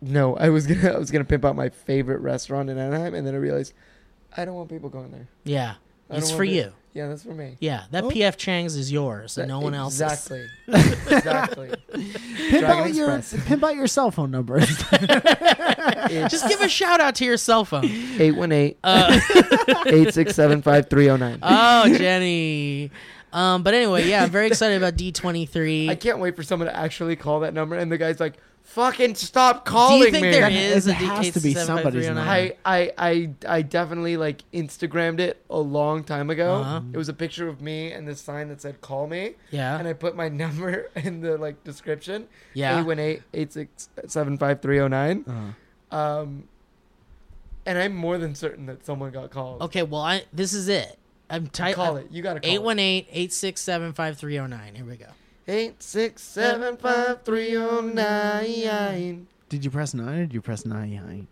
Speaker 4: no, I was gonna I was gonna pimp out my favorite restaurant in Anaheim, and then I realized I don't want people going there.
Speaker 2: yeah,
Speaker 4: I don't
Speaker 2: it's
Speaker 4: want
Speaker 2: for
Speaker 4: it.
Speaker 2: you.
Speaker 4: Yeah, that's for me.
Speaker 2: Yeah, that PF Chang's is yours and no one else's.
Speaker 4: Exactly. exactly.
Speaker 3: Pimp
Speaker 4: Dragon
Speaker 3: out, your,
Speaker 4: Express.
Speaker 3: pimp out your cell phone number.
Speaker 2: Just Uh, give a shout out to your cell phone.
Speaker 4: 818 867 5309.
Speaker 2: Oh, Jenny. Um, but anyway, yeah, I'm very excited about D23.
Speaker 4: I can't wait for someone to actually call that number. And the guy's like, fucking stop
Speaker 2: Do
Speaker 4: calling
Speaker 2: you think
Speaker 4: me.
Speaker 2: there
Speaker 3: That-
Speaker 2: is a
Speaker 3: it has
Speaker 2: DK
Speaker 3: to be somebody's
Speaker 2: 75309?
Speaker 3: number.
Speaker 4: I, I, I, I definitely like Instagrammed it a long time ago.
Speaker 2: Uh-huh.
Speaker 4: It was a picture of me and this sign that said call me.
Speaker 2: Yeah.
Speaker 4: And I put my number in the like description.
Speaker 2: Yeah.
Speaker 4: 818 867 5309.
Speaker 2: Uh-huh.
Speaker 4: Um, and I'm more than certain that someone got called.
Speaker 2: Okay, well, I this is it. I'm uh, tight.
Speaker 4: Call it. You got to call it.
Speaker 2: 818-867-5309. Here we go.
Speaker 4: Eight six seven five three oh nine.
Speaker 3: did you press nine or did you press nine?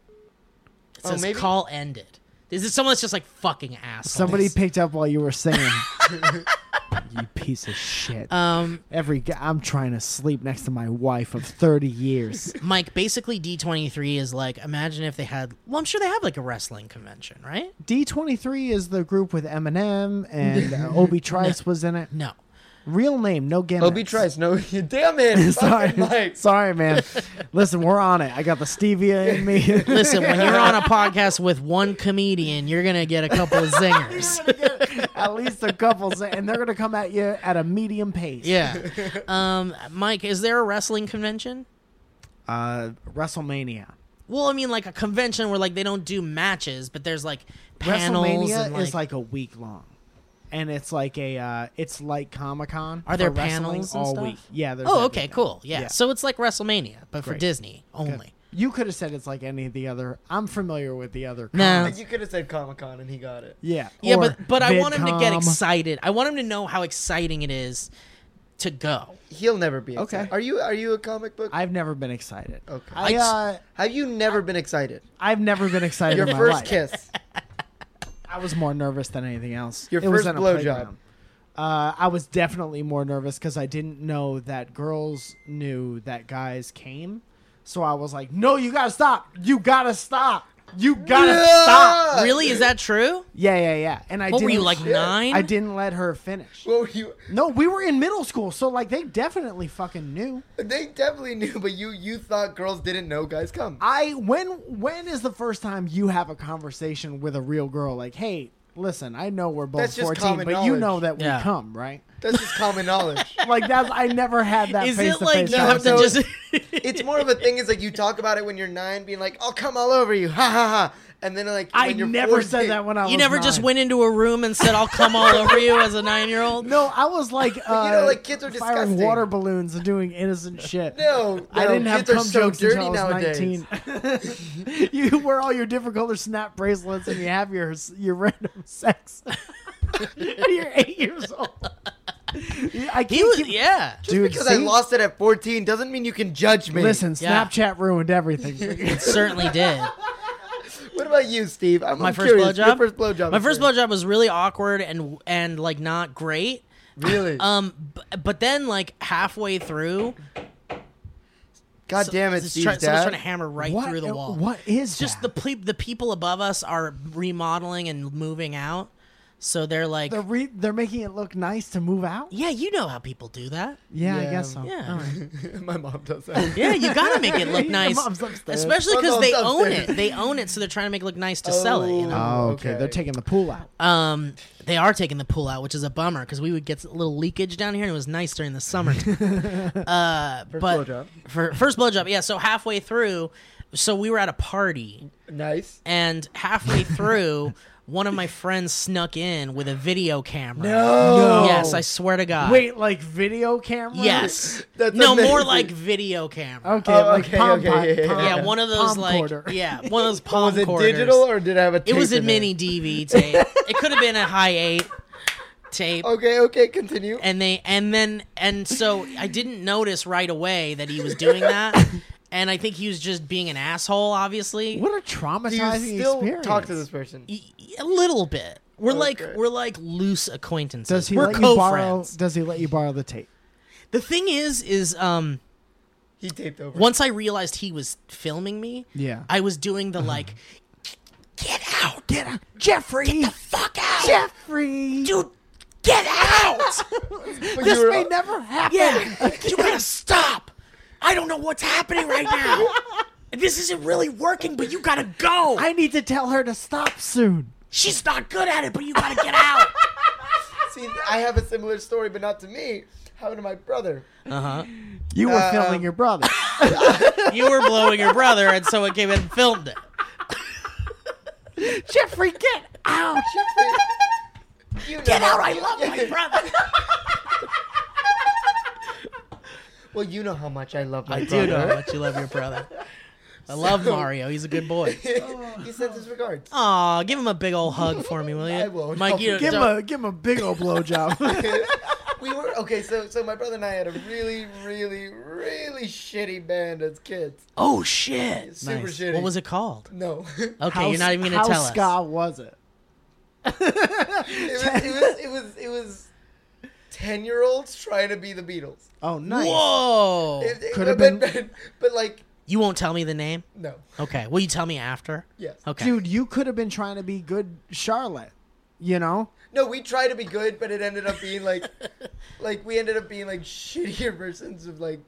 Speaker 2: It
Speaker 4: Oh,
Speaker 2: says
Speaker 4: maybe-
Speaker 2: call ended. Is it someone that's just like fucking asshole?
Speaker 3: Somebody picked up while you were singing. you piece of shit.
Speaker 2: Um,
Speaker 3: Every guy, I'm trying to sleep next to my wife of 30 years.
Speaker 2: Mike, basically D23 is like, imagine if they had, well, I'm sure they have like a wrestling convention, right?
Speaker 3: D23 is the group with Eminem and uh, Obi Trice was in it.
Speaker 2: No.
Speaker 3: Real name, no gimmicks.
Speaker 4: Obi tries. No, you damn it.
Speaker 3: Sorry,
Speaker 4: Sorry, Mike.
Speaker 3: sorry, man. Listen, we're on it. I got the stevia in me.
Speaker 2: Listen, when you're on a podcast with one comedian, you're going to get a couple of zingers.
Speaker 3: at least a couple, sa- and they're gonna come at you at a medium pace.
Speaker 2: Yeah. Um, Mike, is there a wrestling convention?
Speaker 3: Uh, WrestleMania.
Speaker 2: Well, I mean, like a convention where like they don't do matches, but there's like panels.
Speaker 3: WrestleMania
Speaker 2: and,
Speaker 3: is like a week long, and it's like a uh, it's like Comic Con.
Speaker 2: Are there panels and
Speaker 3: all
Speaker 2: stuff?
Speaker 3: week? Yeah. There's
Speaker 2: Oh, okay,
Speaker 3: everything.
Speaker 2: cool. Yeah.
Speaker 3: Yeah.
Speaker 2: So it's like WrestleMania, but for
Speaker 3: Great.
Speaker 2: Disney only.
Speaker 3: You could have said it's like any of the other. I'm familiar with the other.
Speaker 2: No.
Speaker 3: cons.
Speaker 4: You could have said Comic Con and he got it.
Speaker 3: Yeah.
Speaker 2: Yeah,
Speaker 3: or
Speaker 2: but but I want him to get
Speaker 3: VidCon.
Speaker 2: excited. I want him to know how exciting it is to go.
Speaker 4: He'll never be
Speaker 3: Okay.
Speaker 4: excited. Are you? Are you a comic book?
Speaker 3: I've never been excited.
Speaker 4: Okay.
Speaker 3: I, uh,
Speaker 4: Have you never been excited?
Speaker 3: I've never been excited.
Speaker 4: Your
Speaker 3: in my
Speaker 4: first
Speaker 3: life.
Speaker 4: kiss.
Speaker 3: I was more nervous than anything else.
Speaker 4: Your
Speaker 3: It was
Speaker 4: first
Speaker 3: on a
Speaker 4: blowjob.
Speaker 3: playground. Uh, I was definitely more nervous because I didn't know that girls knew that guys came. So I was like, "No, you gotta stop! You gotta stop! You gotta stop!"
Speaker 2: Really? Is that true?
Speaker 3: Yeah, yeah, yeah. And I
Speaker 2: What
Speaker 3: Uh, didn't,
Speaker 2: were you like nine?
Speaker 3: I didn't let her finish.
Speaker 4: Well, you.
Speaker 3: No, we were in middle school, so like they definitely fucking knew.
Speaker 4: They definitely knew, but you. You thought girls didn't know guys come.
Speaker 3: I when when is the first time you have a conversation with a real girl? Like, hey, listen, I know we're both
Speaker 4: That's just
Speaker 3: fourteen,
Speaker 4: common
Speaker 3: but you
Speaker 4: knowledge.
Speaker 3: know that we
Speaker 2: Yeah.
Speaker 3: come, right?
Speaker 4: That's just common knowledge.
Speaker 3: like that's I never had that.
Speaker 2: Is
Speaker 3: face
Speaker 2: it like you have to
Speaker 4: No,
Speaker 2: just?
Speaker 4: It's more of a thing is like you talk about it when you're nine, being like, "I'll come all over you," ha ha ha, and then like
Speaker 3: I
Speaker 4: when you're
Speaker 3: never
Speaker 4: 14
Speaker 3: said that when I was.
Speaker 2: you never just
Speaker 3: nine.
Speaker 2: went into a room and said, "I'll come all over you" as a nine-year-old.
Speaker 3: No, I was like, uh,
Speaker 4: know, like, kids are
Speaker 3: firing
Speaker 4: disgusting.
Speaker 3: water balloons and doing innocent shit.
Speaker 4: No, no
Speaker 3: I didn't have
Speaker 4: kids are
Speaker 3: cum
Speaker 4: so
Speaker 3: jokes
Speaker 4: dirty
Speaker 3: until I was
Speaker 4: nowadays.
Speaker 3: nineteen. you wear all your different color snap bracelets and you have your your random sex. You're eight years old. I can't
Speaker 2: He was,
Speaker 3: keep-
Speaker 2: yeah.
Speaker 3: dude.
Speaker 4: Because I
Speaker 3: see?
Speaker 4: lost it at 14 doesn't mean you can judge me.
Speaker 3: Listen,
Speaker 2: Yeah.
Speaker 3: Snapchat ruined everything.
Speaker 2: It certainly did.
Speaker 4: what about you, Steve? I'm,
Speaker 2: My
Speaker 4: I'm
Speaker 2: first
Speaker 4: curious. Your
Speaker 2: blowjob.
Speaker 4: first blowjob.
Speaker 2: My
Speaker 4: is
Speaker 2: first
Speaker 4: great.
Speaker 2: blowjob was really awkward and and like not great.
Speaker 4: Really?
Speaker 2: Um, b- but then like halfway through,
Speaker 4: God
Speaker 2: so-
Speaker 4: damn it,
Speaker 2: it's
Speaker 4: Steve's
Speaker 2: try- someone's
Speaker 4: dad. Uh,
Speaker 2: trying to hammer right
Speaker 3: what,
Speaker 2: through the wall.
Speaker 3: What is
Speaker 2: Just the
Speaker 3: that?
Speaker 2: ple- the people above us are remodeling and moving out, so they're like,
Speaker 3: They're, re- they're making it look nice to move out.
Speaker 2: yeah, you know how people do that.
Speaker 3: Yeah, I
Speaker 4: Yeah.
Speaker 3: guess so.
Speaker 2: Yeah.
Speaker 3: All right.
Speaker 4: My mom does that.
Speaker 2: Yeah, you gotta make it look
Speaker 3: Your
Speaker 2: nice,
Speaker 3: mom's upstairs.
Speaker 2: especially
Speaker 4: My
Speaker 2: because they
Speaker 4: mom's
Speaker 2: own it.
Speaker 4: Oh, upstairs.
Speaker 2: They own it, so they're trying to make it look nice to sell it. You know?
Speaker 3: Oh, okay.
Speaker 4: Okay.
Speaker 3: They're taking the pool out.
Speaker 4: Uh,
Speaker 2: Um, they are taking the pool out, which is a bummer because we would get a little leakage down here, and it was nice during the summer. uh, but
Speaker 4: blowjob.
Speaker 2: for first blowjob, yeah. So halfway through, so we were at a party,
Speaker 4: nice.
Speaker 2: and halfway through, one of my friends snuck in with a video camera.
Speaker 4: No.
Speaker 2: Yes, I swear to God.
Speaker 3: Wait, like video camera?
Speaker 2: Yes.
Speaker 4: That's
Speaker 2: no, more
Speaker 4: amazing.
Speaker 2: like video camera.
Speaker 3: Okay,
Speaker 4: Oh,
Speaker 3: like
Speaker 4: okay,
Speaker 3: palm
Speaker 4: okay,
Speaker 3: pot-
Speaker 4: yeah, yeah,
Speaker 3: palm-
Speaker 2: Yeah, one of those
Speaker 3: palm
Speaker 2: like
Speaker 3: quarter.
Speaker 2: yeah, one of those palm
Speaker 4: Was it
Speaker 2: quarters.
Speaker 4: digital or did it have a tape?
Speaker 2: It was a
Speaker 4: in
Speaker 2: mini DV tape. it could have been a high eight tape.
Speaker 4: Okay, okay, continue.
Speaker 2: and they and then and so I didn't notice right away that he was doing that, and I think he was just being an asshole. Obviously,
Speaker 3: What a
Speaker 4: Do you
Speaker 3: traumatizing
Speaker 4: still
Speaker 3: experience.
Speaker 4: talk to this person?
Speaker 2: Y- y- a little bit. We're like
Speaker 4: Okay.
Speaker 2: we're like loose acquaintances.
Speaker 3: Oh, Does he
Speaker 2: we're
Speaker 3: let you borrow?
Speaker 2: co-friends.
Speaker 3: Does he let you borrow the tape?
Speaker 2: The thing is, is um
Speaker 4: He taped over.
Speaker 2: once I realized he was filming me,
Speaker 3: Yeah. Uh-huh.
Speaker 2: I was doing the like, get out,
Speaker 3: Get out, Jeffrey!
Speaker 2: fuck out,
Speaker 3: Jeffrey!
Speaker 2: dude. Get out!
Speaker 3: This
Speaker 4: You're-
Speaker 3: may never happen.
Speaker 2: Yeah, you gotta stop. I don't know what's happening right now. This isn't really working, but you gotta go.
Speaker 3: I need to tell her to stop soon.
Speaker 2: She's not good at it, but you gotta get out.
Speaker 4: See, I have a similar story, but not to me. Happened to my brother.
Speaker 3: You were
Speaker 4: Uh,
Speaker 3: filming
Speaker 4: um,
Speaker 3: your brother.
Speaker 2: Uh-huh. You were blowing your brother, and someone came in and filmed it.
Speaker 3: Jeffrey, get out.
Speaker 4: You know,
Speaker 2: Get out! I love my brother.
Speaker 4: Well, you know how much I love my
Speaker 2: I do
Speaker 4: brother.
Speaker 2: know how much you love your brother. I love Mario. He's a good boy.
Speaker 4: he sends
Speaker 2: Oh.
Speaker 4: his regards.
Speaker 2: Aw, give him a big old hug for me, will you?
Speaker 4: I won't.
Speaker 2: Mike, you
Speaker 3: Give him
Speaker 2: don't-
Speaker 3: a give him a big old blowjob.
Speaker 4: We were okay. So, so my brother and I had a really, really, really shitty band as kids.
Speaker 2: Oh shit!
Speaker 4: Super
Speaker 3: Nice.
Speaker 4: shitty.
Speaker 2: What was it Oh. called?
Speaker 4: No, it,
Speaker 2: Okay, you're not even gonna
Speaker 3: how
Speaker 2: tell
Speaker 3: ska
Speaker 2: us.
Speaker 3: was it?
Speaker 4: was, it was, it was, it was ten-year-olds trying to be the Beatles.
Speaker 3: Oh, nice.
Speaker 2: Whoa!
Speaker 4: It- it-
Speaker 3: Could have been.
Speaker 4: but- but, but like,
Speaker 2: You won't tell me the name.
Speaker 4: no.
Speaker 2: Okay. Will you tell me after?
Speaker 4: Yes.
Speaker 2: Okay.
Speaker 3: Dude, you could have been trying to be good Charlotte. You know?
Speaker 4: No, we tried to be good, but it ended up being like, like we ended up being like shittier versions of like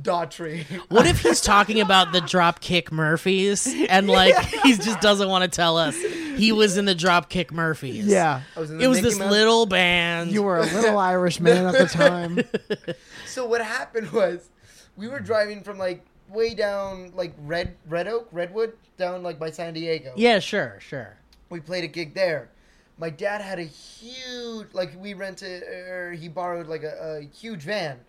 Speaker 4: Daughtry.
Speaker 2: What if he's talking about the Dropkick Murphys and like he just doesn't want to tell us he was in the Dropkick Murphys?
Speaker 3: Yeah.
Speaker 4: I was in the
Speaker 2: It was
Speaker 4: Mickey
Speaker 2: this
Speaker 4: Mouse-
Speaker 2: little band.
Speaker 3: You were a little Irish man at the time.
Speaker 4: So what happened was, we were driving from like way down like Red Red Oak Redwood down like by San Diego.
Speaker 2: yeah, sure, sure.
Speaker 4: we played a gig there. My dad had a huge, like we rented, or he borrowed like a, a huge van,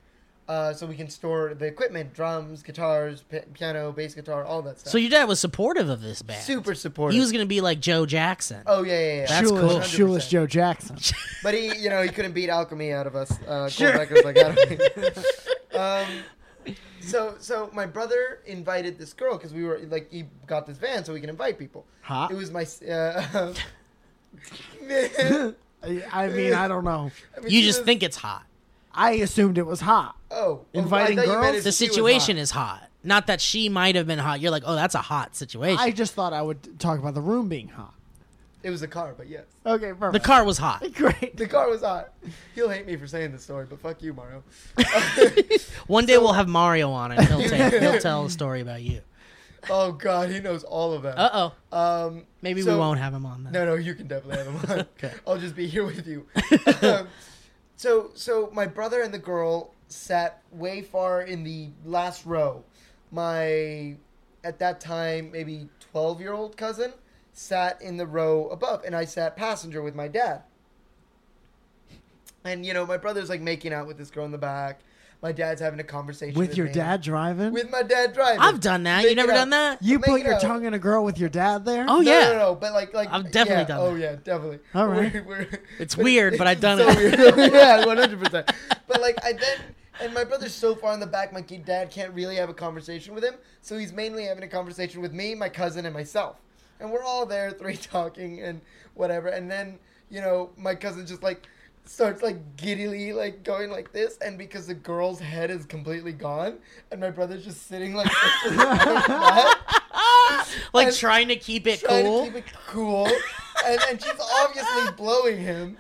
Speaker 4: uh, so we can store the equipment, drums, guitars, pi piano, bass guitar, all that stuff.
Speaker 2: So your dad was supportive of this band.
Speaker 4: super supportive.
Speaker 2: He was gonna be like Joe Jackson.
Speaker 4: oh yeah, yeah, yeah.
Speaker 2: That's
Speaker 3: shoeless,
Speaker 2: cool.
Speaker 3: shoeless Joe Jackson.
Speaker 4: But he, you know, he couldn't beat alchemy out of us. Uh,
Speaker 2: Sure.
Speaker 4: sure. Records like alchemy. um, so, so my brother invited this girl because we were like, he got this van so we can invite people.
Speaker 3: Hot.
Speaker 4: It was my. s- Uh, I
Speaker 3: I I mean, I don't know.
Speaker 4: mean,
Speaker 2: you
Speaker 4: she
Speaker 2: just
Speaker 4: was-
Speaker 2: think it's hot.
Speaker 3: I assumed it was hot.
Speaker 4: Oh,
Speaker 3: Inviting
Speaker 4: I thought you meant
Speaker 3: girls?
Speaker 4: if
Speaker 2: The
Speaker 4: she was
Speaker 2: situation
Speaker 4: hot.
Speaker 2: is hot. Not that she might have been hot. You're like, oh, that's a hot situation.
Speaker 3: I just thought I would talk about the room being hot.
Speaker 4: It was the car, but yes,
Speaker 3: Okay, perfect.
Speaker 2: the car was hot.
Speaker 3: Great.
Speaker 4: the car was hot. He'll hate me for saying this story, but fuck you, Mario.
Speaker 2: One day we'll have Mario on and he'll tell he'll tell a story about you.
Speaker 4: oh God, he knows all of that.
Speaker 2: Uh oh.
Speaker 4: Um,
Speaker 2: Maybe we
Speaker 4: so-
Speaker 2: won't have him on then.
Speaker 4: No, no, you can definitely have him on.
Speaker 2: Okay.
Speaker 4: I'll just be here with you. um, so, so my brother and the girl sat way far in the last row. My, at that time, maybe twelve-year-old cousin sat in the row above, and I sat passenger with my dad. And you know, my brother's like making out with this girl in the back. My dad's having a conversation
Speaker 3: With your
Speaker 4: me.
Speaker 3: dad driving?
Speaker 4: With my dad driving.
Speaker 2: I've done that.
Speaker 4: Make
Speaker 2: You
Speaker 4: it
Speaker 2: never
Speaker 4: out.
Speaker 2: done that?
Speaker 3: you
Speaker 4: Make
Speaker 3: put
Speaker 4: it
Speaker 3: your
Speaker 4: out.
Speaker 3: tongue in a girl with your dad there?
Speaker 2: uh, Oh
Speaker 4: No,
Speaker 2: yeah.
Speaker 4: no, no, no, but like, like
Speaker 2: I've definitely
Speaker 4: yeah,
Speaker 2: done
Speaker 4: Oh
Speaker 2: that.
Speaker 4: yeah, definitely.
Speaker 3: All right.
Speaker 4: we're-
Speaker 2: It's weird, but I've done it.
Speaker 4: weird. yeah, one hundred percent. But like, I then and my brother's so far in the back, my kid- dad can't really have a conversation with him, so he's mainly having a conversation with me, my cousin, and myself, and we're all there, three talking and whatever. And then you know, my cousin just like starts like giddily like going like this and because the girl's head is completely gone and my brother's just sitting like, this, like that
Speaker 2: like
Speaker 4: And-
Speaker 2: trying to keep it
Speaker 4: trying
Speaker 2: cool.
Speaker 4: to keep it cool. And, and she's obviously blowing him.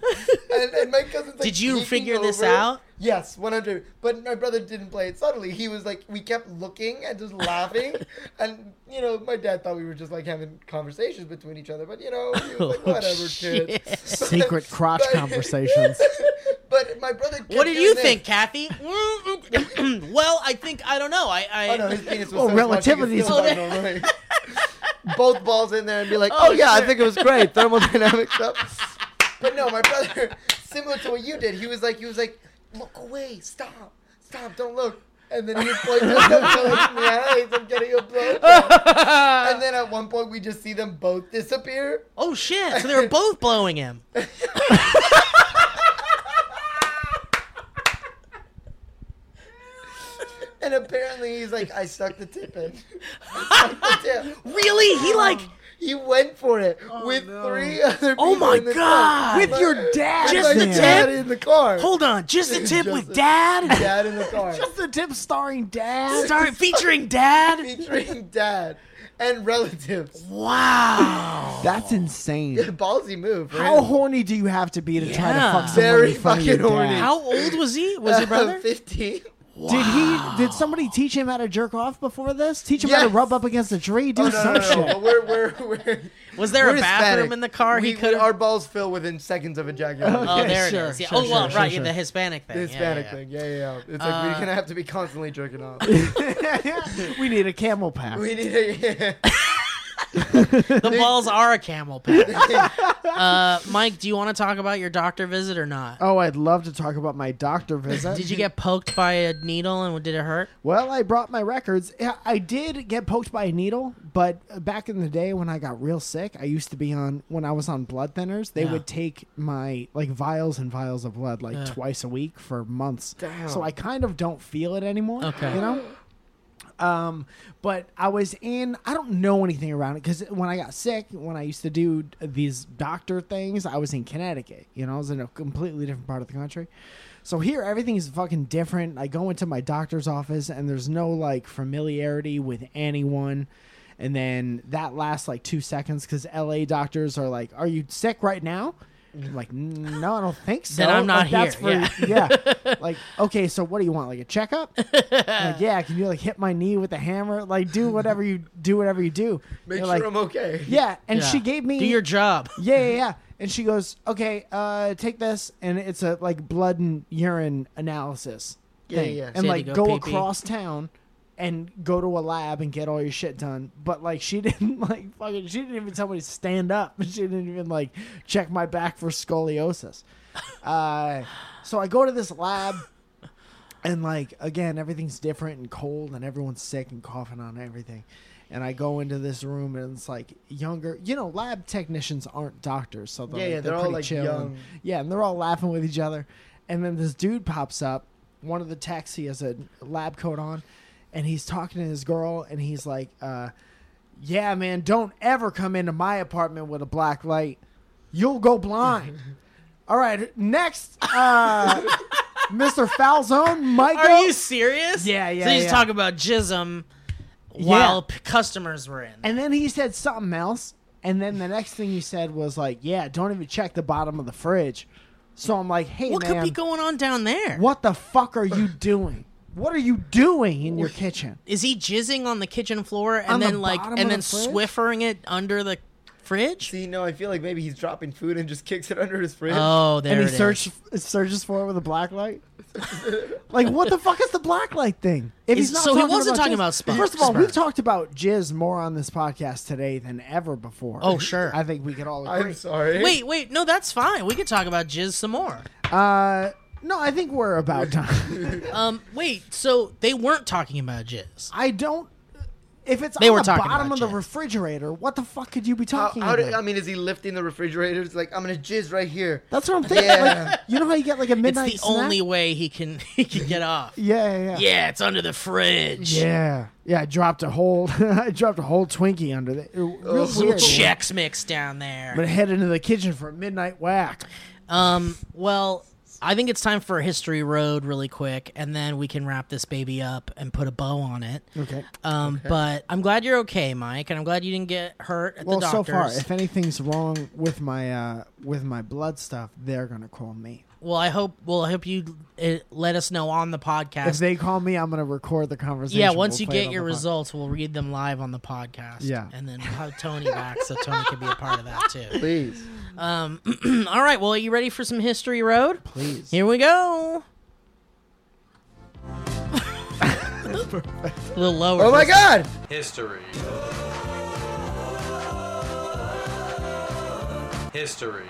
Speaker 4: And, and my cousin's like,
Speaker 2: Did you
Speaker 4: peeking
Speaker 2: figure this
Speaker 4: over.
Speaker 2: out?
Speaker 4: Yes, 100. But my brother didn't play it subtly. He was like, we kept looking and just laughing. and, you know, my dad thought we were just like having conversations between each other. But, you know, he was like,
Speaker 2: Oh,
Speaker 4: whatever, kid.
Speaker 2: shit.
Speaker 3: Secret crotch conversations.
Speaker 4: but my brother. kept
Speaker 2: What did
Speaker 4: doing
Speaker 2: you
Speaker 4: this.
Speaker 2: think, Kathy? well, I think I don't know. I, I
Speaker 4: Oh, no, his penis was
Speaker 3: Well,
Speaker 4: so much you could
Speaker 3: relativity's
Speaker 4: feel
Speaker 2: a-
Speaker 4: it going away. Both balls in there and be like,
Speaker 2: Oh,
Speaker 4: oh, yeah,
Speaker 2: shit.
Speaker 4: I think it was great. Thermodynamic stuff. But no, my brother, similar to what you did, he was like, he was like, look away, stop, stop, don't look. And then he was like, just kept looking me in the eyes, I'm getting a blowjob. and then at one point, we just see them both disappear.
Speaker 2: oh shit! So they were both blowing him.
Speaker 4: And apparently, he's like, I sucked the tip in. I sucked the tip.
Speaker 2: Really?
Speaker 4: Oh.
Speaker 2: He like
Speaker 4: He went for it with
Speaker 3: no.
Speaker 4: three other people.
Speaker 2: Oh, my
Speaker 4: in the
Speaker 2: God.
Speaker 4: Car.
Speaker 2: With
Speaker 4: My-
Speaker 3: your dad
Speaker 2: Just
Speaker 4: my
Speaker 2: the
Speaker 3: there.
Speaker 2: tip?
Speaker 4: dad in the car.
Speaker 2: hold on, just a tip
Speaker 4: Just
Speaker 2: with
Speaker 4: a-
Speaker 2: dad.
Speaker 4: dad in the car.
Speaker 3: Just the tip starring dad?
Speaker 2: Sorry, featuring dad.
Speaker 4: featuring dad. and relatives.
Speaker 2: Oh. Wow.
Speaker 3: That's insane.
Speaker 4: Ballsy move. Right?
Speaker 3: How horny do you have to be to try to
Speaker 2: Yeah.
Speaker 3: fuck someone
Speaker 4: Very
Speaker 3: in front of
Speaker 4: fucking
Speaker 3: your dad?
Speaker 4: horny.
Speaker 2: How old was he? Was your brother?
Speaker 4: Fifteen.
Speaker 3: Did he? Did somebody teach him how to jerk off before this? Teach him how
Speaker 4: Yes.
Speaker 3: to rub up against a tree? Do
Speaker 4: Oh, no, no,
Speaker 3: some
Speaker 4: no,
Speaker 3: shit.
Speaker 4: no. But we're we're we're.
Speaker 2: Was there
Speaker 4: we're
Speaker 2: a bathroom
Speaker 4: ecstatic.
Speaker 2: in the car?
Speaker 4: We,
Speaker 2: he could.
Speaker 4: our balls fill within seconds of ejaculation.
Speaker 2: Oh,
Speaker 3: Okay,
Speaker 2: there
Speaker 3: sure,
Speaker 2: it is. Yeah.
Speaker 3: sure,
Speaker 2: oh, well,
Speaker 3: sure,
Speaker 2: right.
Speaker 3: sure,
Speaker 2: Yeah, the
Speaker 3: sure.
Speaker 2: Hispanic thing.
Speaker 4: The
Speaker 2: Yeah,
Speaker 4: Hispanic
Speaker 2: yeah, yeah.
Speaker 4: thing, yeah, yeah, yeah. It's like we're
Speaker 2: Uh,
Speaker 4: gonna have to be constantly jerking off.
Speaker 3: we need a camel pack.
Speaker 4: we need a
Speaker 2: The balls are a camel pack. uh, Mike, do you want to talk about your doctor visit or not?
Speaker 3: Oh, I'd love to talk about my doctor visit.
Speaker 2: Did you get poked by a needle and did it hurt?
Speaker 3: Well, I brought my records. Yeah, I did get poked by a needle, but back in the day when I got real sick, I used to be on when I was on blood thinners. They
Speaker 2: Yeah.
Speaker 3: would take my like vials and vials of blood like
Speaker 2: Yeah.
Speaker 3: twice a week for months.
Speaker 4: Damn.
Speaker 3: So I kind of don't feel it anymore.
Speaker 2: Okay.
Speaker 3: you know. Um, but I was in. I don't know anything around it because when I got sick, when I used to do these doctor things, I was in Connecticut. You know, I was in a completely different part of the country. So here, everything is fucking different. I go into my doctor's office, and there's no like familiarity with anyone. And then that lasts like two seconds because LA doctors are like, "Are you sick right now?" I'm like, "No, I don't think so."
Speaker 2: Then I'm not
Speaker 3: like, That's for,
Speaker 2: here.
Speaker 3: yeah. Like, okay, so what do you want? Like a checkup? like, yeah. Can you like hit my knee with a hammer? Like, do whatever you do, whatever you do. They're
Speaker 4: make sure
Speaker 3: like,
Speaker 4: I'm okay.
Speaker 3: yeah. And
Speaker 2: Yeah.
Speaker 3: she gave me
Speaker 2: Do your job.
Speaker 3: yeah, yeah, yeah. And she goes, okay, uh, take this, and it's a like blood and urine analysis
Speaker 4: Yeah,
Speaker 3: thing,
Speaker 4: yeah.
Speaker 3: and
Speaker 2: So you
Speaker 3: like
Speaker 2: had to
Speaker 3: go,
Speaker 2: go pee-pee.
Speaker 3: across town and go to a lab and get all your shit done. But like she didn't like fucking, she didn't even tell me to stand up. She didn't even like check my back for scoliosis. Uh, so I go to this lab. And like again, everything's different and cold, and everyone's sick and coughing on everything. And I go into this room, and it's like younger, you know, lab technicians aren't doctors, so they're,
Speaker 4: Yeah, yeah,
Speaker 3: they're,
Speaker 4: they're all,
Speaker 3: pretty
Speaker 4: like,
Speaker 3: chill. and-
Speaker 4: young.
Speaker 3: yeah, and they're all laughing with each other. And then this dude pops up, one of the techs, he has a lab coat on, and he's talking to his girl, and he's like, uh, "Yeah, man, don't ever come into my apartment with a black light. You'll go blind." all right, next, uh, Mr. Falzone, Michael.
Speaker 2: Are you serious?
Speaker 3: Yeah, yeah,
Speaker 2: So he's
Speaker 3: yeah.
Speaker 2: talking about jism while p- customers were in.
Speaker 3: And then he said something else. And then the next thing he said was like, "Yeah, don't even check the bottom of the fridge." So I'm like, "Hey,
Speaker 2: what could
Speaker 3: man,
Speaker 2: be going on down there?
Speaker 3: what the fuck are you doing? What are you doing in your kitchen?"
Speaker 2: Is he jizzing on the kitchen floor and
Speaker 3: On the
Speaker 2: then like
Speaker 3: bottom of
Speaker 2: and then
Speaker 3: the fridge?
Speaker 2: swiffering it under the fridge?
Speaker 4: See, no, I feel like maybe he's dropping food and just kicks it under his fridge.
Speaker 2: Oh, there
Speaker 3: and
Speaker 2: it
Speaker 3: he
Speaker 2: is.
Speaker 3: search, searches for it with a black light. like, what the fuck is the black light thing? If
Speaker 2: Is- so he wasn't talking
Speaker 3: jizz-
Speaker 2: about sperm-
Speaker 3: First of all,
Speaker 2: sperm.
Speaker 3: we've talked about jizz more on this podcast today than ever before.
Speaker 2: Oh, sure.
Speaker 3: I think we could all agree.
Speaker 4: I'm sorry.
Speaker 2: Wait, wait, no, that's fine. We could talk about jizz some more.
Speaker 3: Uh, no, I think we're about done.
Speaker 2: Um, wait, so they weren't talking about jizz.
Speaker 3: I don't. If it's
Speaker 2: They
Speaker 3: on
Speaker 2: were
Speaker 3: the
Speaker 2: talking
Speaker 3: bottom
Speaker 2: about
Speaker 3: of the
Speaker 2: jizz.
Speaker 3: refrigerator, what the fuck could you be
Speaker 4: How,
Speaker 3: talking
Speaker 4: how
Speaker 3: about?
Speaker 4: do, I mean, is he lifting the refrigerator? It's like I'm gonna jizz right here.
Speaker 3: That's what I'm thinking. like,
Speaker 4: Yeah.
Speaker 3: you know how you get like a
Speaker 2: It's
Speaker 3: midnight
Speaker 2: the only
Speaker 3: snack?
Speaker 2: way he can he can get off.
Speaker 3: Yeah, yeah, yeah.
Speaker 2: Yeah, it's under the fridge.
Speaker 3: Yeah, yeah. I dropped a whole, I dropped a whole Twinkie under there. Real
Speaker 4: so
Speaker 3: weird.
Speaker 2: Chex mix down
Speaker 3: I'm gonna
Speaker 2: there.
Speaker 3: head into the kitchen for a midnight whack.
Speaker 2: Um, well, I think it's time for History Road really quick, and then we can wrap this baby up and put a bow on it.
Speaker 3: Okay.
Speaker 2: Um, but I'm glad you're okay, Mike, and I'm glad you didn't get hurt at
Speaker 3: Well,
Speaker 2: the
Speaker 3: so
Speaker 2: doctor's.
Speaker 3: far, if anything's wrong with my uh, with my blood stuff, they're gonna call me.
Speaker 2: well, I hope well, I hope you uh, let us know on the
Speaker 3: If
Speaker 2: podcast.
Speaker 3: they call me, I'm gonna record the conversation.
Speaker 2: Yeah, once
Speaker 3: We'll
Speaker 2: you
Speaker 3: play it
Speaker 2: get
Speaker 3: on
Speaker 2: your
Speaker 3: the pod-
Speaker 2: results, we'll read them live on the podcast.
Speaker 3: Yeah.
Speaker 2: and then we'll have Tony back so Tony can be a part of that too.
Speaker 4: Please.
Speaker 2: Um, all right, well, are you ready for some History Road?
Speaker 3: please.
Speaker 2: Here we go. a little lower.
Speaker 4: Oh my
Speaker 2: this
Speaker 4: God!
Speaker 6: History. History.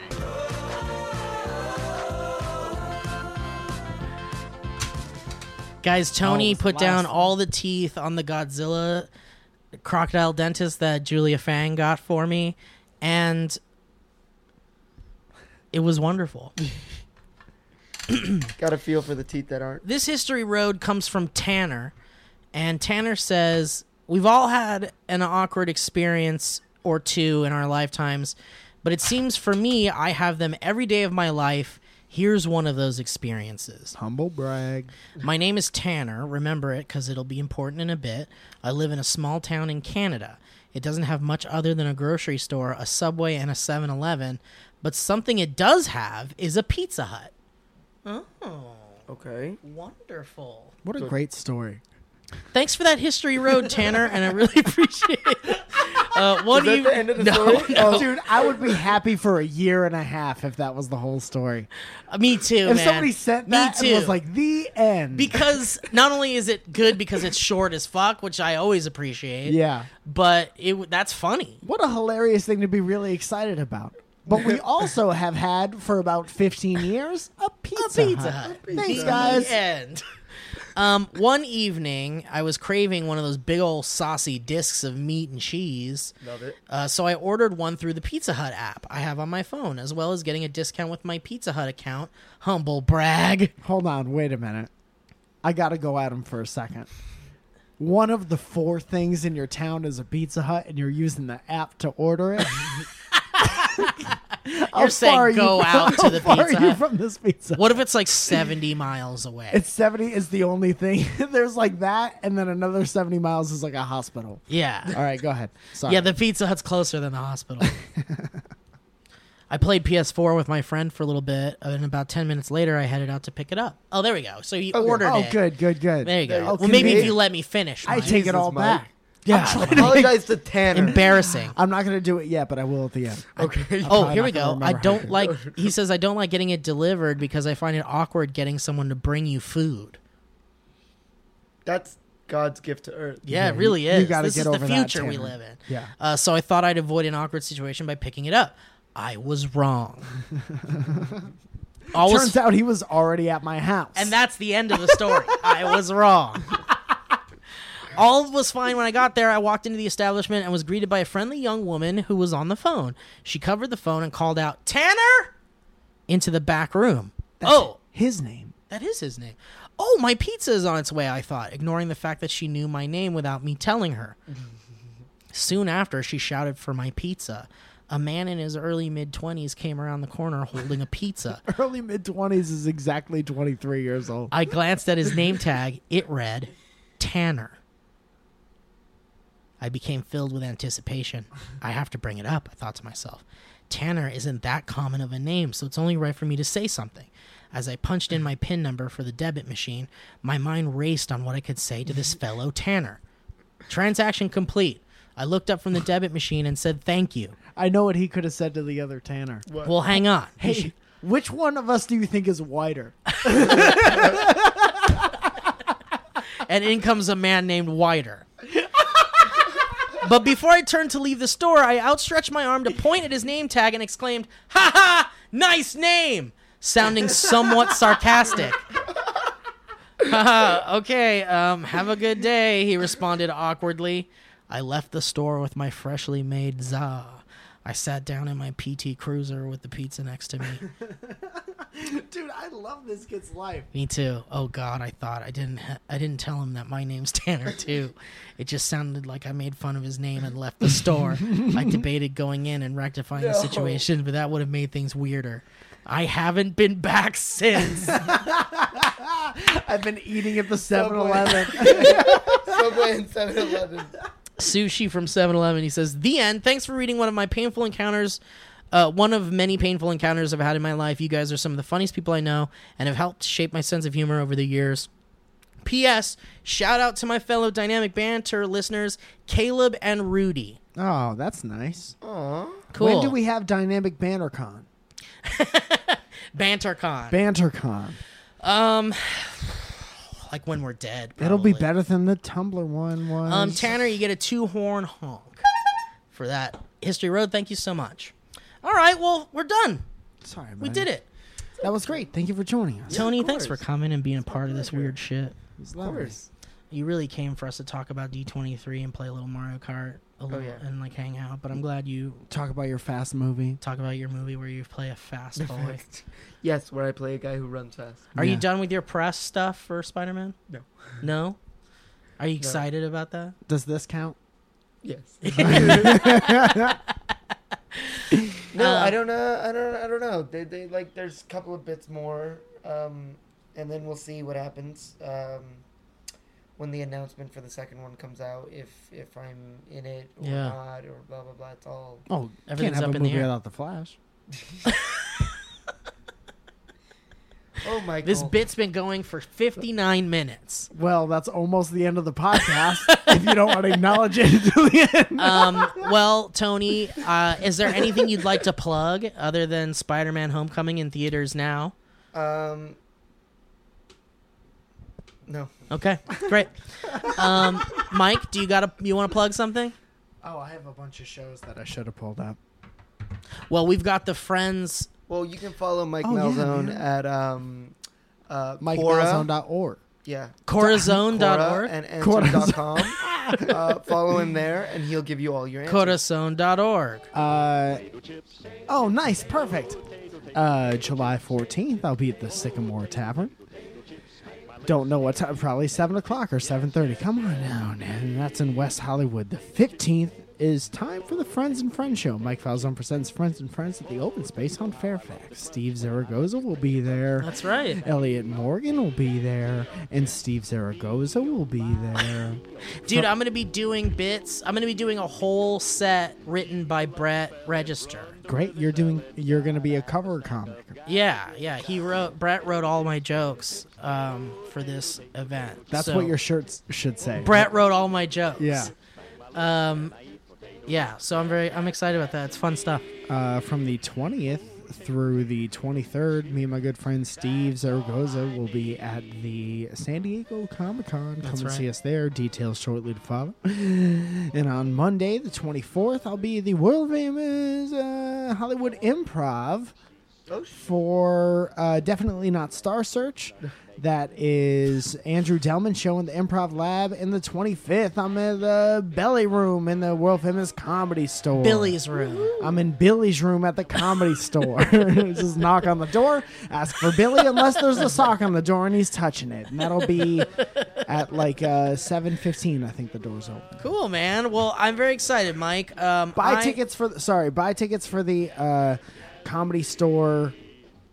Speaker 2: Guys,
Speaker 3: Oh,
Speaker 2: Tony
Speaker 3: it's the
Speaker 2: put down
Speaker 3: last
Speaker 2: all the teeth on the Godzilla crocodile dentist that Julia Fang got for me, and it was wonderful.
Speaker 4: Got a feel for the teeth that aren't.
Speaker 2: this history road comes from Tanner, and Tanner says we've all had an awkward experience or two in our lifetimes, but it seems for me I have them every day of my life. Here's one of those experiences.
Speaker 3: Humble brag.
Speaker 2: My name is Tanner. Remember it because it'll be important in a bit. I live in a small town in Canada. It doesn't have much other than a grocery store, a Subway, and a 7 Eleven, but something it does have is a Pizza Hut.
Speaker 4: Okay.
Speaker 2: Wonderful.
Speaker 3: What a great story.
Speaker 2: Thanks for that history road, Tanner, and I really appreciate it. Uh, what
Speaker 4: Is
Speaker 2: do you?
Speaker 4: that the end of the
Speaker 2: no,
Speaker 4: story?
Speaker 2: no.
Speaker 4: Oh.
Speaker 3: Dude, I would be happy for a year and a half if that was the whole story.
Speaker 2: Me too,
Speaker 3: If
Speaker 2: man.
Speaker 3: somebody sent
Speaker 2: Me
Speaker 3: that
Speaker 2: too.
Speaker 3: and was like, the end.
Speaker 2: because not only is it good because it's short as fuck, which I always appreciate.
Speaker 3: yeah.
Speaker 2: but it w- that's funny.
Speaker 3: What a hilarious thing to be really excited about. But we also have had for about 15 years a pizza.
Speaker 2: Pizza
Speaker 3: Hut.
Speaker 2: Hut.
Speaker 3: Uh-huh. Thanks,
Speaker 2: The
Speaker 3: guys.
Speaker 2: End. Um, one evening, I was craving one of those big old saucy discs of meat and cheese.
Speaker 4: Love it.
Speaker 2: Uh, so I ordered one through the Pizza Hut app I have on my phone, as well as getting a discount with my Pizza Hut account. Humble brag.
Speaker 3: Hold on, wait a minute. I gotta go at him for a second. One of the four things in your town is a Pizza Hut, and you're using the app to order it. How
Speaker 2: You're saying
Speaker 3: far are
Speaker 2: go out to
Speaker 3: how
Speaker 2: the
Speaker 3: far
Speaker 2: Pizza
Speaker 3: Are you
Speaker 2: Hut?
Speaker 3: from this Pizza? Hut?
Speaker 2: What if it's like 70 miles away?
Speaker 3: It's seventy is the only thing. There's like that, and then another seventy miles is like a hospital.
Speaker 2: yeah.
Speaker 3: All right, go ahead. Sorry.
Speaker 2: Yeah, the Pizza Hut's closer than the hospital. I played PS4 with my friend for a little bit, and about 10 minutes later, I headed out to pick it up. Oh, there we go. So you ordered
Speaker 3: oh,
Speaker 2: it.
Speaker 3: good, good, good.
Speaker 2: There you go.
Speaker 3: Oh,
Speaker 2: well, maybe if
Speaker 3: convenient.
Speaker 2: you let me finish.
Speaker 3: I
Speaker 2: Mike.
Speaker 3: take it all
Speaker 4: Mike.
Speaker 3: back. Yeah,
Speaker 4: Apologize to Tanner.
Speaker 2: Embarrassing.
Speaker 3: I'm not gonna do it yet, but I will at the end.
Speaker 4: Okay.
Speaker 2: Oh,
Speaker 3: I'm
Speaker 2: here
Speaker 3: not
Speaker 2: we
Speaker 3: gonna
Speaker 2: go. I
Speaker 3: remember how
Speaker 2: don't like. He says I don't like getting it delivered because I find it awkward getting someone to bring you food.
Speaker 4: That's God's gift to Earth.
Speaker 2: Yeah, it
Speaker 3: you-
Speaker 2: really
Speaker 3: you
Speaker 2: is.
Speaker 3: gotta
Speaker 2: this
Speaker 3: get
Speaker 2: is
Speaker 3: over
Speaker 2: the
Speaker 3: that,
Speaker 2: future we
Speaker 3: Tanner.
Speaker 2: live in.
Speaker 3: Yeah.
Speaker 2: Uh, so I thought I'd avoid an awkward situation by picking it up. I was wrong. All was
Speaker 3: Turns out he was already at my house.
Speaker 2: And that's the end of the story. I was wrong. All was fine when I got there. I walked into the establishment and was greeted by a friendly young woman who was on the phone. She covered the phone and called out, Tanner! into the back room. oh,
Speaker 3: his name.
Speaker 2: that is his name. Oh, my pizza is on its way, I thought, ignoring the fact that she knew my name without me telling her. Soon after, she shouted for my pizza. A man in his early mid 20s came around the corner holding a pizza.
Speaker 3: Early mid twenties is exactly twenty three years old.
Speaker 2: I glanced at his name tag. It read Tanner. I became filled with anticipation. I have to bring it up, I thought to myself. Tanner isn't that common of a name, so it's only right for me to say something. As I punched in my PIN number for the debit machine, my mind raced on what I could say to this fellow Tanner. Transaction complete. I looked up from the debit machine and said thank you.
Speaker 3: I know what he could have said to the other Tanner.
Speaker 2: Well, hang on. He sh-
Speaker 3: Hey, which one of us do you think is whiter?
Speaker 2: and in comes a man named Wider. but before I turned to leave the store, I outstretched my arm to point at his name tag and exclaimed, Ha ha! Nice name! Sounding somewhat sarcastic. "Haha, okay, um, have a good day, he responded awkwardly. I left the store with my freshly made za. I sat down in my PT Cruiser with the pizza next to me.
Speaker 3: Dude, I love this kid's life.
Speaker 2: Me too. Oh God, I thought I didn't. Ha- I didn't tell him that my name's Tanner too. It just sounded like I made fun of his name and left the store. I debated going in and rectifying the situation, but that would have made things weirder. I haven't been back since.
Speaker 3: I've been eating at the 7-Eleven.
Speaker 4: Subway and 7-Eleven.
Speaker 2: Sushi from 7-Eleven. He says, "The end. Thanks for reading one of my painful encounters." Uh, one of many painful encounters I've had in my life. You guys are some of the funniest people I know and have helped shape my sense of humor over the years. P.S. Shout out to my fellow Dynamic Banter listeners, Caleb and Rudy.
Speaker 3: oh, that's nice.
Speaker 2: Cool.
Speaker 3: When do we have Dynamic BanterCon?
Speaker 2: BanterCon?
Speaker 3: BanterCon.
Speaker 2: like when we're dead.
Speaker 3: It'll be
Speaker 2: probably.
Speaker 3: better than the Tumblr one was.
Speaker 2: Um, Tanner, you get a two horn honk for that. History Road, thank you so much. All right, well, we're done.
Speaker 3: Sorry,
Speaker 2: We did it.
Speaker 3: That was great. Thank you for joining us.
Speaker 2: Tony, thanks for
Speaker 4: course.
Speaker 2: coming and being a part of this
Speaker 4: pleasure.
Speaker 2: weird shit.
Speaker 3: It was
Speaker 4: Of
Speaker 3: lovely.
Speaker 4: course.
Speaker 2: You really came for us to talk about D23 and play a little Mario Kart a little,
Speaker 4: yeah.
Speaker 2: and like hang out, but I'm glad you
Speaker 3: Talk about your fast movie.
Speaker 2: talk about your movie where you play a fast boy.
Speaker 4: Yes, where I play a guy who runs fast.
Speaker 2: Are you
Speaker 3: Yeah.
Speaker 2: done with your press stuff for Spider Man?
Speaker 4: No.
Speaker 2: No? Are you excited about that?
Speaker 3: Does this count?
Speaker 4: Yes. no, I don't know. I don't. I don't know. They, they like. There's a couple of bits more, um, and then we'll see what happens. Um, when the announcement for the second one comes out, if if I'm in it or
Speaker 2: Yeah.
Speaker 4: not, or blah blah blah. It's all
Speaker 3: Oh, can't
Speaker 2: Everything's
Speaker 3: have
Speaker 2: up
Speaker 3: a
Speaker 2: in the
Speaker 3: movie
Speaker 2: air.
Speaker 3: without the Flash.
Speaker 4: oh my.
Speaker 2: This bit's been going for 59 minutes.
Speaker 3: Well, that's almost the end of the podcast. if you don't want to acknowledge it until the end,
Speaker 2: Um, well, Tony, uh, is there anything you'd like to plug other than Spider Man Homecoming in theaters now?
Speaker 4: Um. No.
Speaker 2: Okay, great. Um, Mike, do you gotta you want to plug something?
Speaker 3: oh, I have a bunch of shows that I should have pulled up.
Speaker 2: Well, we've got the Friends.
Speaker 4: Well, you can follow Mike
Speaker 3: Oh, yeah,
Speaker 4: Malzone
Speaker 3: man.
Speaker 4: at um, uh, Quora.
Speaker 3: MikeMalzone.org.
Speaker 4: Yeah. Quora
Speaker 2: Corazon.org.
Speaker 4: and Ansem.com. uh, follow him there, and he'll give you all your answers.
Speaker 2: Corazon.org.
Speaker 3: Uh,
Speaker 1: potato chips,
Speaker 3: oh, nice, perfect.
Speaker 1: potato, potato,
Speaker 3: Uh, July 14th, I'll be at the Sycamore Tavern.
Speaker 1: potato chips. Make my lips
Speaker 3: Don't know what time. Probably seven o'clock or seven thirty. Come on now, man. That's in West Hollywood. The fifteenth is time for the Friends and Friends show. Mike Falzone presents Friends and Friends at the open space on Fairfax. Steve Zaragoza will be there.
Speaker 2: That's right.
Speaker 3: Elliot Morgan will be there, and Steve Zaragoza will be there.
Speaker 2: Dude, I'm gonna be doing bits. I'm gonna be doing a whole set written by Brett Register.
Speaker 3: Great, you're doing. You're going to be a cover comic.
Speaker 2: Yeah, yeah. He wrote Brett wrote all my jokes um, for this event.
Speaker 3: That's
Speaker 2: So,
Speaker 3: what your shirts should say.
Speaker 2: Brett wrote all my jokes.
Speaker 3: Yeah.
Speaker 2: Um, yeah. So I'm very I'm excited about that. It's fun stuff.
Speaker 3: uh, from the 20th through the 23rd, me and my good friend Steve Zaragoza will be at the San Diego Comic Con. Come and
Speaker 2: right.
Speaker 3: see us there. Details shortly to follow. And on Monday, the 24th, I'll be at the world famous uh, Hollywood Improv
Speaker 4: Oh, sh-
Speaker 3: for uh, definitely not Star Search. That is Andrew Delman show in the Improv Lab. And the 25th, I'm in the Belly Room in the world famous comedy store.
Speaker 2: Billy's room.
Speaker 3: I'm in Billy's room at the comedy store. Just knock on the door, ask for Billy, unless there's a sock on the door and he's touching it. And that'll be at like uh, 7.15, I think the door's open.
Speaker 2: Cool, man. Well, I'm very excited, Mike. Um,
Speaker 3: Buy
Speaker 2: I-
Speaker 3: tickets for, the, sorry, buy tickets for the uh, comedy store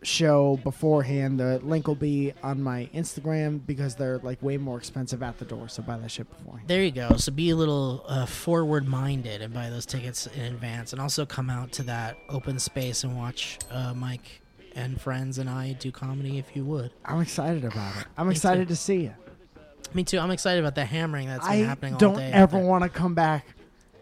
Speaker 3: show beforehand. The link will be on my Instagram because they're like way more expensive at the door. So buy that shit beforehand.
Speaker 2: There you go. So be a little uh, forward minded and buy those tickets in advance, and also come out to that open space and watch uh, Mike and friends and I do comedy if you would.
Speaker 3: I'm excited about it. I'm excited to see you.
Speaker 2: Me too. I'm excited about the hammering that's been
Speaker 3: I
Speaker 2: happening all
Speaker 3: don't
Speaker 2: day.
Speaker 3: ever want to come back,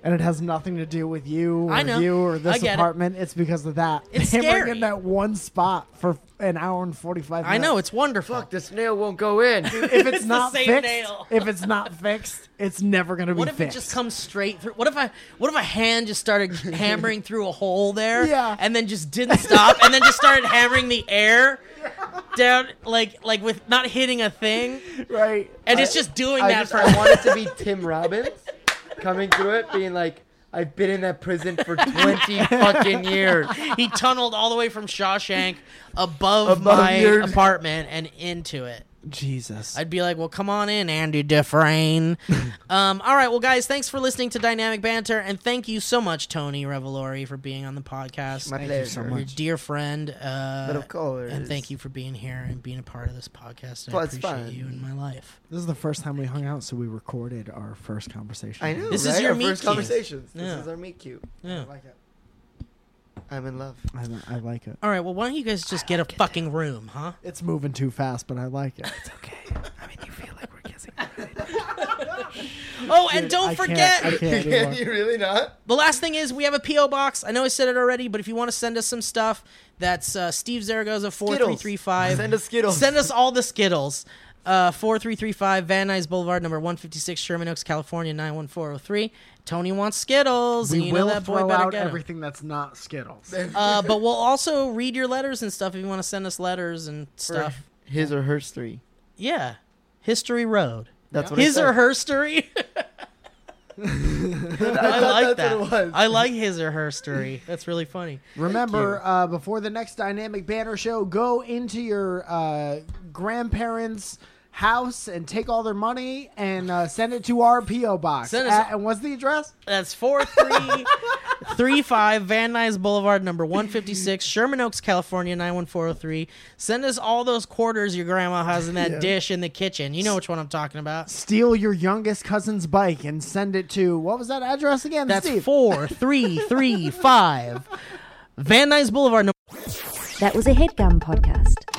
Speaker 3: and it has nothing to do with you or
Speaker 2: I know.
Speaker 3: you or
Speaker 2: I
Speaker 3: this
Speaker 2: get it.
Speaker 3: apartment. It's because of that.
Speaker 2: It's
Speaker 3: Hammering
Speaker 2: scary.
Speaker 3: in that one spot for an hour and forty five.
Speaker 2: I know it's wonderful.
Speaker 4: fuck, this nail won't go in.
Speaker 3: If it's,
Speaker 2: It's the
Speaker 3: not
Speaker 2: same
Speaker 3: fixed,
Speaker 2: nail.
Speaker 3: if it's not fixed, it's never gonna be
Speaker 2: what if
Speaker 3: fixed.
Speaker 2: it just comes straight through? What if I? What if a hand just started hammering through a hole there?
Speaker 3: Yeah.
Speaker 2: And then just didn't stop, and then just started hammering the air down, like like with not hitting a thing,
Speaker 3: right?
Speaker 2: and it's just doing
Speaker 4: I,
Speaker 2: that
Speaker 4: just,
Speaker 2: for.
Speaker 4: I want it to be Tim Robbins coming through it, being like, I've been in that prison for 20 fucking years.
Speaker 2: he tunneled all the way from Shawshank above,
Speaker 4: Above
Speaker 2: my
Speaker 4: your-
Speaker 2: apartment and into it.
Speaker 3: Jesus.
Speaker 2: I'd be like, well, come on in, Andy Dufresne. um, all right, well, guys, thanks for listening to Dynamic Banter, and thank you so much, Tony Revelori, for being on the podcast.
Speaker 4: My
Speaker 3: you so
Speaker 4: pleasure.
Speaker 2: Your
Speaker 3: much.
Speaker 2: dear friend. Uh,
Speaker 4: But of course.
Speaker 2: And thank you for being here and being a part of this podcast. I
Speaker 4: Well, it's
Speaker 2: appreciate
Speaker 4: fun.
Speaker 2: you in my life.
Speaker 3: This is the first time we hung out, so we recorded our first conversation.
Speaker 4: I know.
Speaker 2: This is
Speaker 4: right?
Speaker 2: your
Speaker 4: Our
Speaker 2: meet
Speaker 4: first
Speaker 2: cute.
Speaker 4: conversations.
Speaker 2: Yeah.
Speaker 4: This is our meet cute.
Speaker 2: Yeah.
Speaker 3: like it.
Speaker 4: I'm in love.
Speaker 3: I, li- I like it.
Speaker 2: All right, well, why don't you guys just get a fucking room, huh?
Speaker 3: It's moving too fast, but I like it.
Speaker 2: Okay. I mean, you feel like we're kissing. oh, and don't
Speaker 3: I can't-
Speaker 2: forget.
Speaker 3: I can't
Speaker 4: Can
Speaker 3: anymore.
Speaker 4: you really not?
Speaker 2: The last thing is we have a PO box. I know I said it already, but if you want to send us some stuff, that's uh, Steve Zaragoza four three three five.
Speaker 4: Send us Skittles.
Speaker 2: Send us all the Skittles. Uh, four three three five Van Nuys Boulevard, number one fifty six, Sherman Oaks, California nine one four zero three. Tony wants Skittles. and
Speaker 3: We
Speaker 2: you
Speaker 3: will
Speaker 2: know that boy
Speaker 3: throw
Speaker 2: better
Speaker 3: out
Speaker 2: get 'em.
Speaker 3: everything that's not Skittles.
Speaker 2: Uh, but we'll also read your letters and stuff if you want to send us letters and stuff.
Speaker 4: His or hers three.
Speaker 2: Yeah, History Road.
Speaker 4: That's what
Speaker 2: His
Speaker 4: I said.
Speaker 2: or her story. I like
Speaker 4: that's what it
Speaker 2: that.
Speaker 4: was.
Speaker 2: I like his or her story. That's really funny.
Speaker 3: Remember, uh, before the next Dynamic Banner show, go into your uh, grandparents' house and take all their money and uh, send it to our PO box.
Speaker 2: Send us-
Speaker 3: At- and what's the address?
Speaker 2: That's four three three five Van Nuys Boulevard, number one fifty six, Sherman Oaks, California nine one four zero three. Send us all those quarters your grandma has in that dish in the kitchen. You know which one I'm talking about.
Speaker 3: Steal your youngest cousin's bike and send it to what was that address again?
Speaker 2: That's
Speaker 3: Steve?
Speaker 2: four three three five Van Nuys Boulevard. number
Speaker 6: That was a headgum podcast.